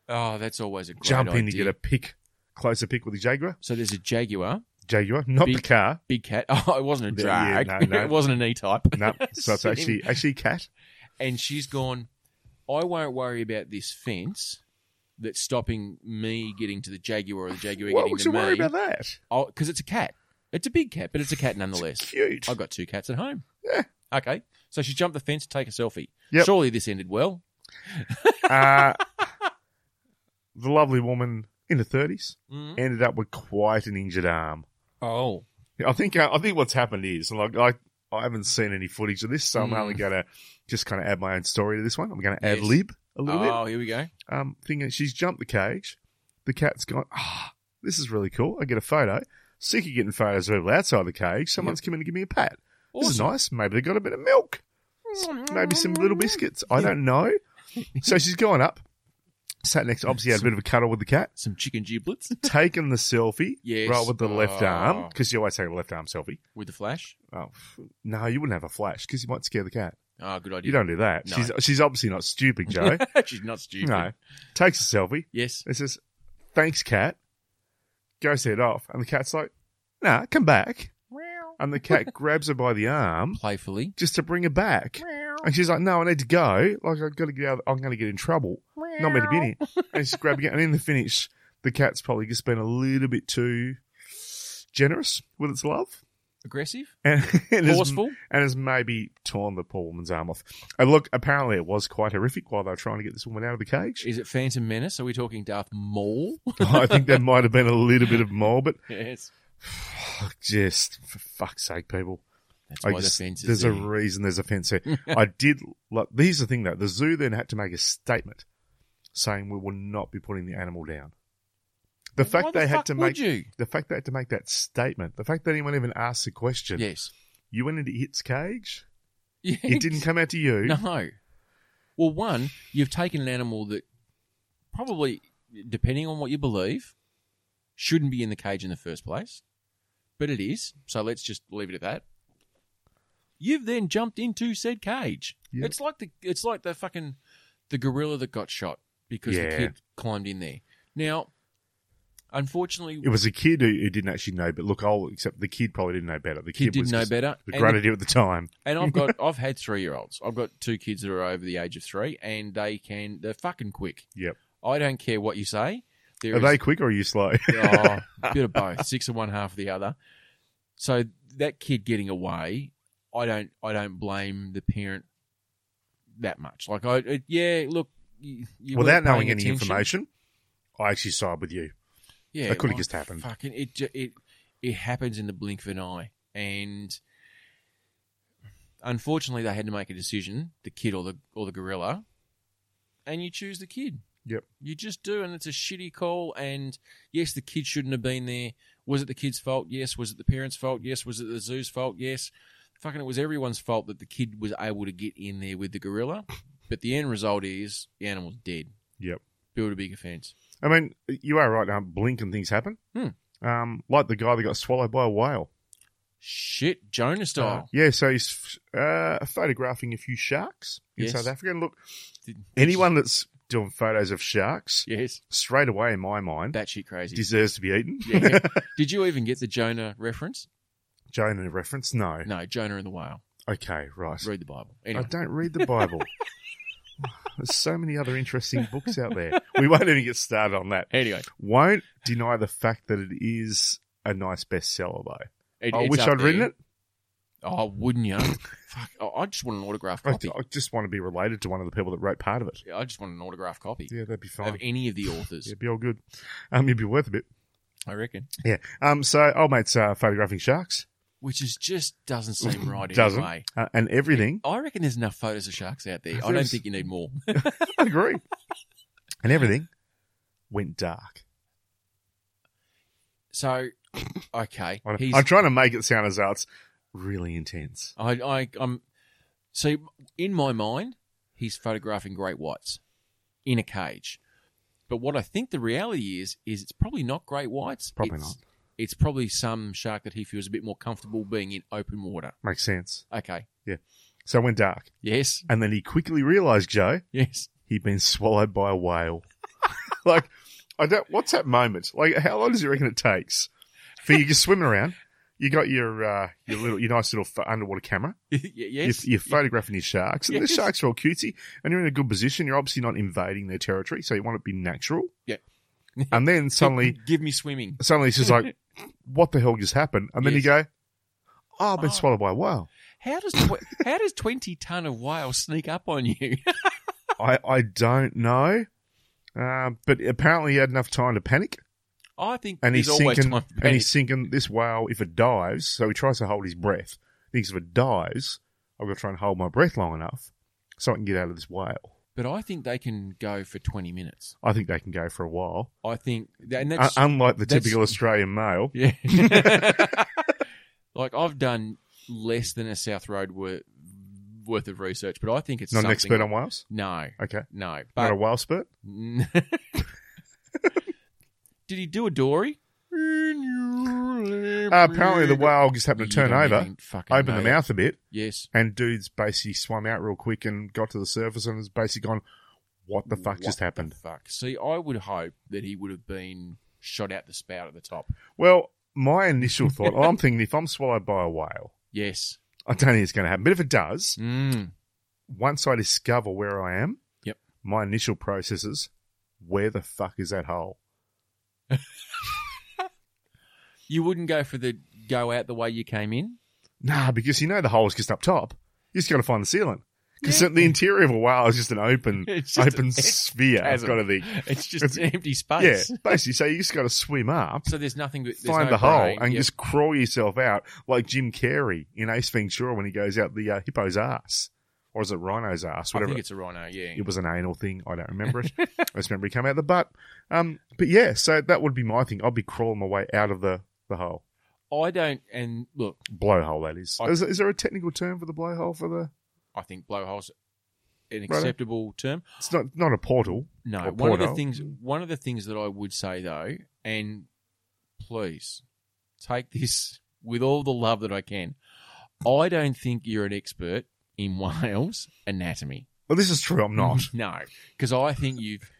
Oh, that's always a great jump in to idea. get a pick, closer pick with the Jaguar. So there's a Jaguar, Jaguar, not the Big- car. big cat. Oh, it wasn't a Yeah, yeah, drag. no, no. it wasn't an E-type. No, so it's Same. actually actually cat. And she's gone. I won't worry about this fence that's stopping me getting to the Jaguar or the Jaguar Why getting would to you worry me. about that? Because it's a cat. It's a big cat, but it's a cat It's nonetheless. cute. I've got two cats at home. Yeah. Okay. So she jumped the fence to take a selfie. Yep. Surely this ended well. Uh, the lovely woman in the 30s Mhm. ended up with quite an injured arm. Oh. I think uh, I think what's happened is like I I haven't seen any footage of this, so I'm Mm. only going to just kind of add my own story to this one. I'm going to Yes. ad lib a little Oh, here we go. bit. Um, thing is, she's jumped the cage. The cat's gone. Ah, this is really cool. I get a photo. Sick of getting photos of people outside the cage. Someone's come in to give me a pat. This is Awesome. Mm. nice. Maybe they got a bit of milk. maybe some little biscuits. I don't know. So she's gone up, sat next. Obviously, had a bit of a cuddle with the cat. Some chicken giblets Taken the selfie, Yes. right with the left Oh. arm because you always take a left arm selfie. with the flash. Oh f- no, you wouldn't have a flash because you might scare the cat. Oh, good idea. You don't do that. No. She's she's obviously not stupid, Joe. She's not stupid. no, takes a selfie. Yes. It says, "Thanks, cat." Goes to head off, and the cat's like, "Nah, come back." And the cat grabs her by the arm Playfully. just to bring her back. And she's like, "No, I need to go. Like, I've got to get out. I'm going to get in trouble. Not meant to be in it." And she's grabbing it. And in the finish, the cat's probably just been a little bit too generous with its love, Aggressive. and and has, Forceful. and has maybe torn the poor woman's arm off. And look, apparently it was quite horrific while they were trying to get this woman out of the cage. Is it Phantom Menace? Are we talking Darth Maul? I think there might have been a little bit of more, but yes. just for fuck's sake, people. That's I why just- the fence is there's a there. reason there's a fence here. I did. Like, here's the thing, though. The zoo then had to make a statement saying we will not be putting the animal down. The fact Why the they had fuck to would make you? the fact they had to make that statement, the fact that anyone even asked the question, Yes. you went into its cage, yes. it didn't come out to you. No. Well, one, you've taken an animal that probably, depending on what you believe, shouldn't be in the cage in the first place, but it is. So let's just leave it at that. You've then jumped into said cage. Yep. It's like the it's like the fucking the gorilla that got shot because Yeah. the kid climbed in there. Now, Unfortunately, It was a kid who, who didn't actually know, but look, I'll accept the kid probably didn't know better. The he kid didn't was know just better. the And- grenadier at the time. And I've got I've had three year olds. I've got two kids that are over the age of three, and they can they're fucking quick. Yep. I don't care what you say. There Are is- they quick or are you slow? oh, a bit of both, six of one, half of the other. So that kid getting away, I don't I don't blame the parent that much. Like I it, yeah, look, you, you Without weren't paying knowing any attention. information, I actually side with you. yeah, that could have like, just happened. Fucking it, ju- it, it happens in the blink of an eye, and unfortunately, they had to make a decision: the kid or the or the gorilla, and you choose the kid. Yep. you just do, and it's a shitty call. And yes, the kid shouldn't have been there. Was it the kid's fault? Yes. Was it the parents' fault? Yes. Was it the zoo's fault? Yes. Fucking, it was everyone's fault that the kid was able to get in there with the gorilla. But the end result is the animal's dead. Yep. Build a bigger fence. I mean, you are right now. Blink and things happen. Hmm. Um, like the guy that got swallowed by a whale. Shit, Jonah style. Uh, yeah, so he's uh, photographing a few sharks in Yes. South Africa. And look, Did- anyone that's doing photos of sharks, Yes. straight away in my mind, That shit crazy. deserves to be eaten. yeah. Did you even get the Jonah reference? Jonah reference? No. No, Jonah and the whale. Okay, right. Read the Bible. I Anyway, don't read the Bible. There's so many other interesting books out there. We won't even get started on that. anyway Won't deny the fact that it is a nice bestseller, though. it, I it's wish up I'd written there. it. Oh, wouldn't you? Fuck, Oh, I- I just want an autograph I, copy. I just want to be related to one of the people that wrote part of it. I just want an autograph copy Yeah, that'd be fine. of any of the authors. It'd be all good. Um, it'd be worth a bit. I reckon, Yeah. Um. So, old mate's uh, photographing sharks which is just doesn't seem right. Doesn't. Anyway. uh, and everything. I reckon there's enough photos of sharks out there. I don't There's- think you need more. I agree. and everything went dark. So, okay, I- he's, I'm trying to make it sound as though it's really intense. I, I, I'm. So in my mind, he's photographing great whites in a cage. But what I think the reality is, is it's probably not great whites. Probably It's- not. It's probably some shark that he feels a bit more comfortable being in open water. Makes sense. Okay. So it went dark. Yes. And then he quickly realized, Joe, Yes. he'd been swallowed by a whale. like, I don't, what's that moment? Like, how long does he reckon it takes for you just swimming around? You got your uh, your little your nice little pho- underwater camera. Y- yes. You're, you're photographing these sharks, and Yes. the sharks are all cutesy, and you're in a good position. You're obviously not invading their territory, so you want it to be natural. Yeah. and then suddenly, give me swimming. suddenly it's just like, what the hell just happened? And then Yes. you go, oh, I've been Oh. swallowed by a whale. How does tw- how does twenty ton of whale sneak up on you? I, I don't know. Uh, but apparently he had enough time to panic. I think And there's he's always sinking time. for and panic. he's sinking this whale if it dives, so he tries to hold his breath. Thinks if it dives, I've got to try and hold my breath long enough so I can get out of this whale. But I think they can go for twenty minutes. I think they can go for a while. I think, and Un that's unlike the that's- typical Australian male. Yeah. like I've done less than a South Road wor- worth of research, but I think it's Not an something- expert on whales? No, Okay. no. Not a But whale spurt? did he do a dory? Uh, apparently the whale just happened to You turn don't over, even fucking open the know that. mouth a bit, Yes. and dude's basically swum out real quick and got to the surface and has basically gone, what the fuck What just the happened? Fuck. See, I would hope that he would have been shot out the spout at the top. Well, my initial thought, I'm thinking if I'm swallowed by a whale, Yes. I don't think it's going to happen. But if it does, Mm. once I discover where I am, Yep. my initial process is, where the fuck is that hole? You wouldn't go for the go out the way you came in. Nah, because you know the hole is just up top. You just got to find the ceiling. Because Yeah. the interior of a whale is just an open, It's just open an- sphere. I've chasm. got to think. It's just It's- an empty Yeah, space. basically. So you just got to swim up, So there's nothing. There's find no the hole, brain. and Yep. just crawl yourself out like Jim Carrey in Ace Ventura when he goes out the uh, hippo's ass, or is it rhino's ass? I Whatever. think it's a rhino. Yeah. it was an anal thing. I don't remember it. I just remember he came out the butt. Um, but yeah, so that would be my thing. I'd be crawling my way out of the, the hole. I don't. And look, Blowhole, that is. I- is. Is there a technical term for the blowhole for the. I think blowholes an Righto. acceptable term. It's not, not a portal. No. Or one of the porthole. things. One of the things that I would say though, and please take this with all the love that I can. I don't think you're an expert in Wales anatomy. Mm-hmm. Well, this is true. I'm not. No, because I think you've.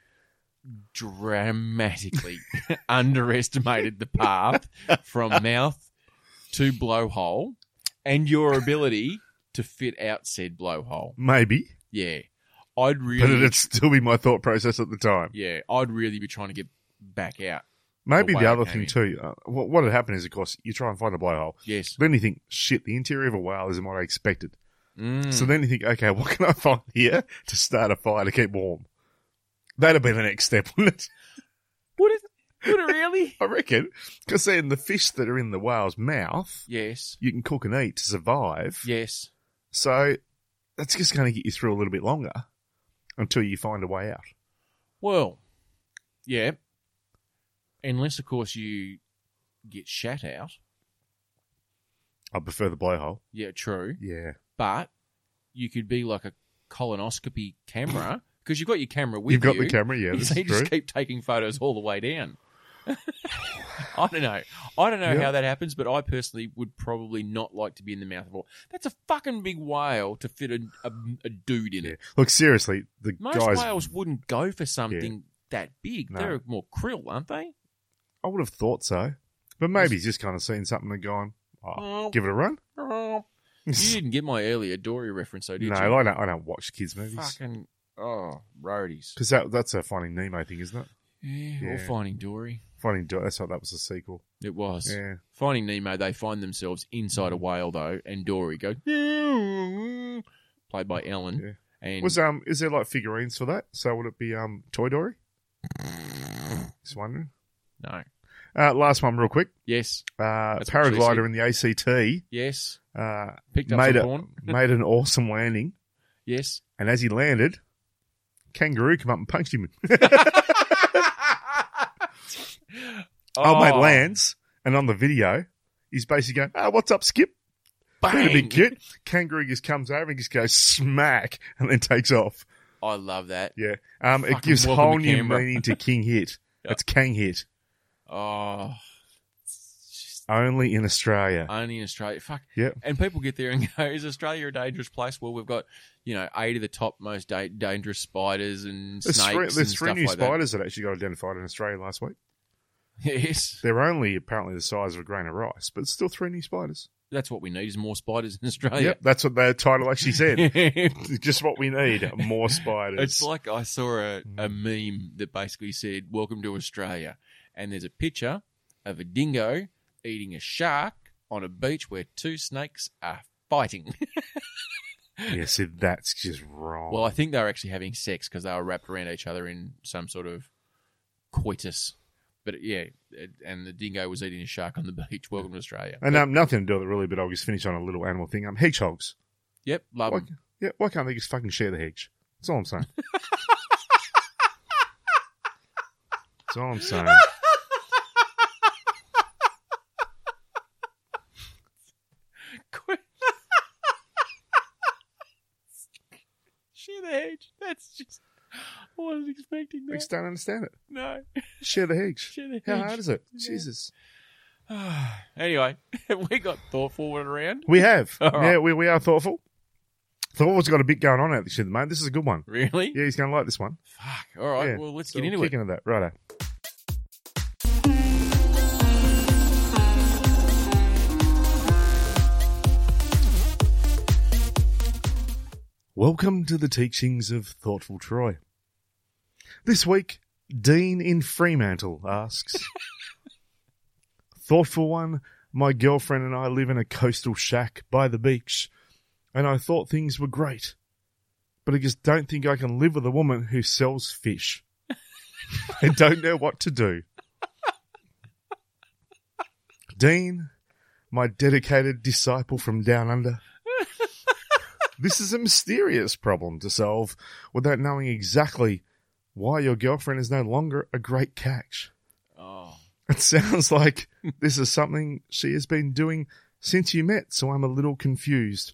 dramatically underestimated the path from mouth to blowhole and your ability to fit out said blowhole. Maybe, Yeah. I'd but really it'd still be my thought process at the time. Yeah, I'd really be trying to get back out. Maybe way the I other came thing too. Uh, what, what had happened is, of course, you try and find a blowhole. Yes. Then you think, shit, the interior of a whale isn't what I expected. Mm. So then you think, okay, what can I find here to start a fire to keep warm? That'd be the next step, wouldn't it? would it would it really? I reckon. Because then the fish that are in the whale's mouth, yes. you can cook and eat to survive. Yes. So that's just going to get you through a little bit longer until you find a way out. Well, yeah. Unless, of course, you get shat out. I prefer the blowhole. Yeah, true. Yeah. But you could be like a colonoscopy camera because you've got your camera with You've got you. the camera, yeah, You this is see, true. just keep taking photos all the way down. I don't know. I don't know Yeah. how that happens, but I personally would probably not like to be in the mouth of all. That's a fucking big whale to fit a, a, a dude in Yeah. it. Look, seriously, the Most guys. whales wouldn't go for something that big. No. They're more krill, aren't they? I would have thought so. But maybe he's just kind of seen something and gone, oh, Oh, give it a run. oh. no, You didn't get my earlier Dory reference, though, did you? I don't, I don't watch kids' movies. Fucking oh, roadies. Because that, that's a Finding Nemo thing, isn't it? Yeah, Yeah. Or Finding Dory. Finding Dory, that's how that was a sequel. It was Yeah. Mm. Finding Nemo. They find themselves inside a whale though, and Dory goes played by Ellen. Yeah. And Was um is there like figurines for that? So would it be um Toy Dory? Just wondering. no, Uh, last one, real quick. yes, Uh, That's what she paraglider in the ACT yes, uh, picked up Made some it. porn. made an awesome landing, Yes, and as he landed, kangaroo came up and punched him. Oh, mate, lands, and on the video, he's basically going, "Oh, what's up, Skip?" Pretty Bang! big kid. Kangaroo just comes over and just goes smack, and then takes off. I love that. Yeah, um, it Fucking gives welcome whole to new Canberra. meaning to King Hit. Yeah. It's Kang Hit Oh, it's just- only in Australia. only in Australia. Fuck. Yep. And people get there and go, "Is Australia a dangerous place?" Well, we've got you know eight of the top most da- dangerous spiders and There's snakes three, and there's three stuff new like spiders that. actually got identified in Australia last week. that. Yes, They're only apparently the size of a grain of rice, but still three new spiders. that's what we need is more spiders in Australia. Yep, that's what their title actually said. It's Just what we need: more spiders. It's like I saw a, a Mm. meme that basically said, Welcome to Australia. And there's a picture of a dingo eating a shark on a beach where two snakes are fighting. yeah, see, that's just wrong. well, I think they were actually having sex because they were wrapped around each other in some sort of coitus. But yeah, it- and the dingo was eating a shark on the beach. Welcome to Australia. and um, nothing to do with it really, but I'll just finish on a little animal thing. Um, hedgehogs. yep, love Why, 'em. yeah, why can't they just fucking share the hedge? That's all I'm saying. that's all I'm saying. Share the hedge. That's just. I wasn't expecting I that. just don't understand it. No. Share the hedge. Share the How hedge. hard is it? Yeah. Jesus. anyway, we got thoughtful one around. We have. All right. Yeah, we, we are thoughtful. Thoughtful's got a bit going on out this year, mate. This is a good one. Really? Yeah, he's going to like this one. Fuck. All right. Yeah. Well, let's So get into we'll it. kick into that. Righto. Welcome to the teachings of Thoughtful Troy. This week, Dean in Fremantle asks Thoughtful one, my girlfriend and I live in a coastal shack by the beach, and I thought things were great but I just don't think I can live with a woman who sells fish. I don't know what to do. Dean, my dedicated disciple from down under. This is a mysterious problem to solve without knowing exactly why your girlfriend is no longer a great catch. Oh. It sounds like this is something she has been doing since you met, so I'm a little confused.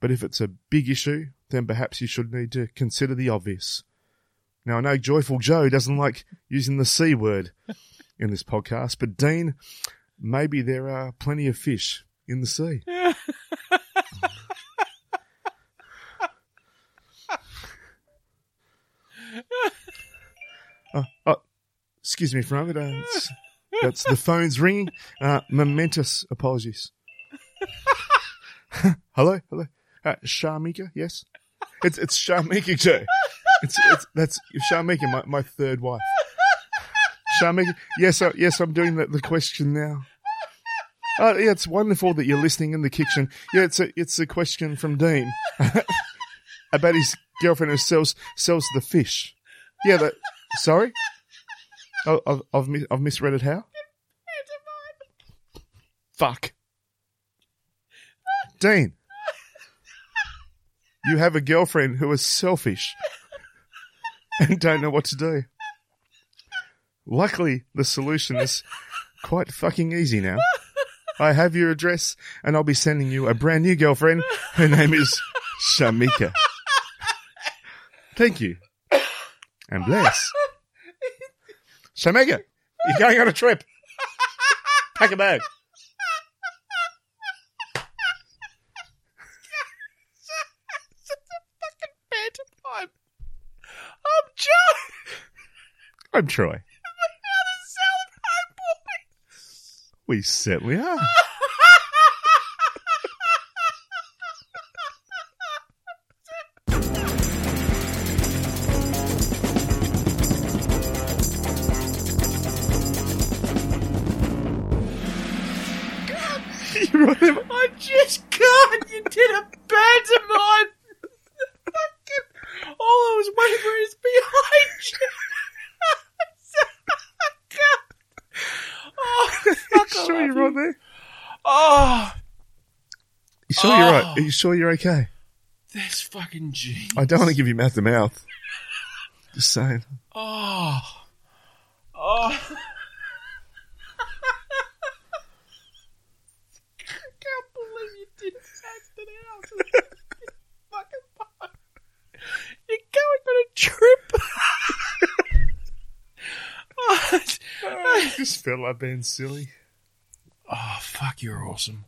But if it's a big issue, then perhaps you should need to consider the obvious. Now, I know Joyful Joe doesn't like using the C word in this podcast, but Dean, maybe there are plenty of fish in the sea. Uh, oh, excuse me for a moment. Uh, it's- that's the phone's ringing. Uh, momentous apologies. hello, hello. Uh, Sharmika, yes. It's it's Sharmika Joe. It's, it's that's Sharmika, my, my third wife. Sharmika, yes, I, yes, I'm doing the, the question now. Uh, yeah, it's wonderful that you're listening in the kitchen. Yeah, it's a it's a question from Dean about his girlfriend who sells sells the fish. Yeah, that. Sorry, oh, I've I've, mis- I've misread it. How? Fuck, Dean. You have a girlfriend who is selfish and don't know what to do. Luckily, the solution is quite fucking easy now. I have your address, and I'll be sending you a brand new girlfriend. Her name is Shamika. Thank you. And bless. Shamika, you're going on a trip. Pack a bag. Pantomime. I'm Joe. I'm Oh Troy. The salad boy. We certainly are. You really are. I just can't. You did a pantomime. Fucking. All I was waiting for is behind you. I can't. Oh, fuck, I sure love you're you. right there? Oh, You sure you're right? Oh. Are you sure you're okay? that's fucking genius. I don't want to give you mouth to mouth. Just saying. Oh. Oh. I can't believe you didn't act it out. It's fucking fun. You're going on a trip. oh, it's- just felt like being silly. oh, fuck, you're awesome.